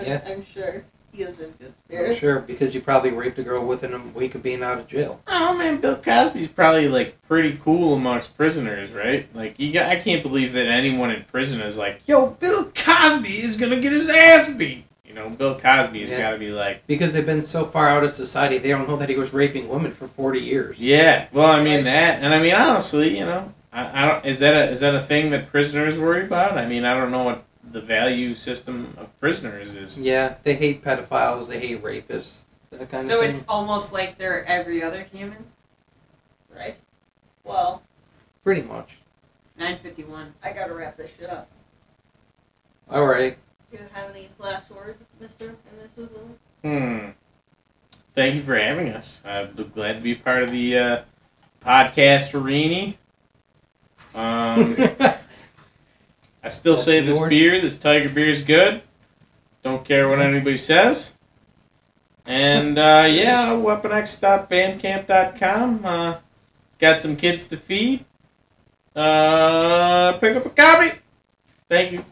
B: Yeah.
A: I'm sure he is in good
B: I'm
A: spirits.
B: sure, because you probably raped a girl within a week of being out of jail.
C: Oh man, Bill Cosby's probably like pretty cool amongst prisoners, right? Like, you got, I can't believe that anyone in prison is like, "Yo, Bill Cosby is gonna get his ass beat." You know, Bill Cosby has
B: Yeah.
C: got to be like,
B: Because they've been so far out of society, they don't know that he was raping women for 40 years.
C: yeah. Well, I mean
A: Right.
C: that, and I mean honestly, you know, I, I don't. Is that a is that a thing that prisoners worry about? I mean, I don't know what the value system of prisoners is.
B: Yeah, they hate pedophiles, they hate rapists, that kind
D: So
B: of thing.
D: it's almost like they're every other human.
A: right? Well,
B: Pretty much.
D: Nine fifty one.
A: I gotta wrap this shit up.
B: All right.
A: Do you have any last words, Mister and Mrs. Lewis?
C: Hmm. Thank you for having us. I'm glad to be part of the uh, podcast Arini. Um, I still
B: That's
C: say this
B: yours.
C: beer, this Tiger beer is good. Don't care what anybody says. And uh, yeah, weaponx.bandcamp.com. Uh, got some kids to feed. Uh, pick up a copy. Thank you.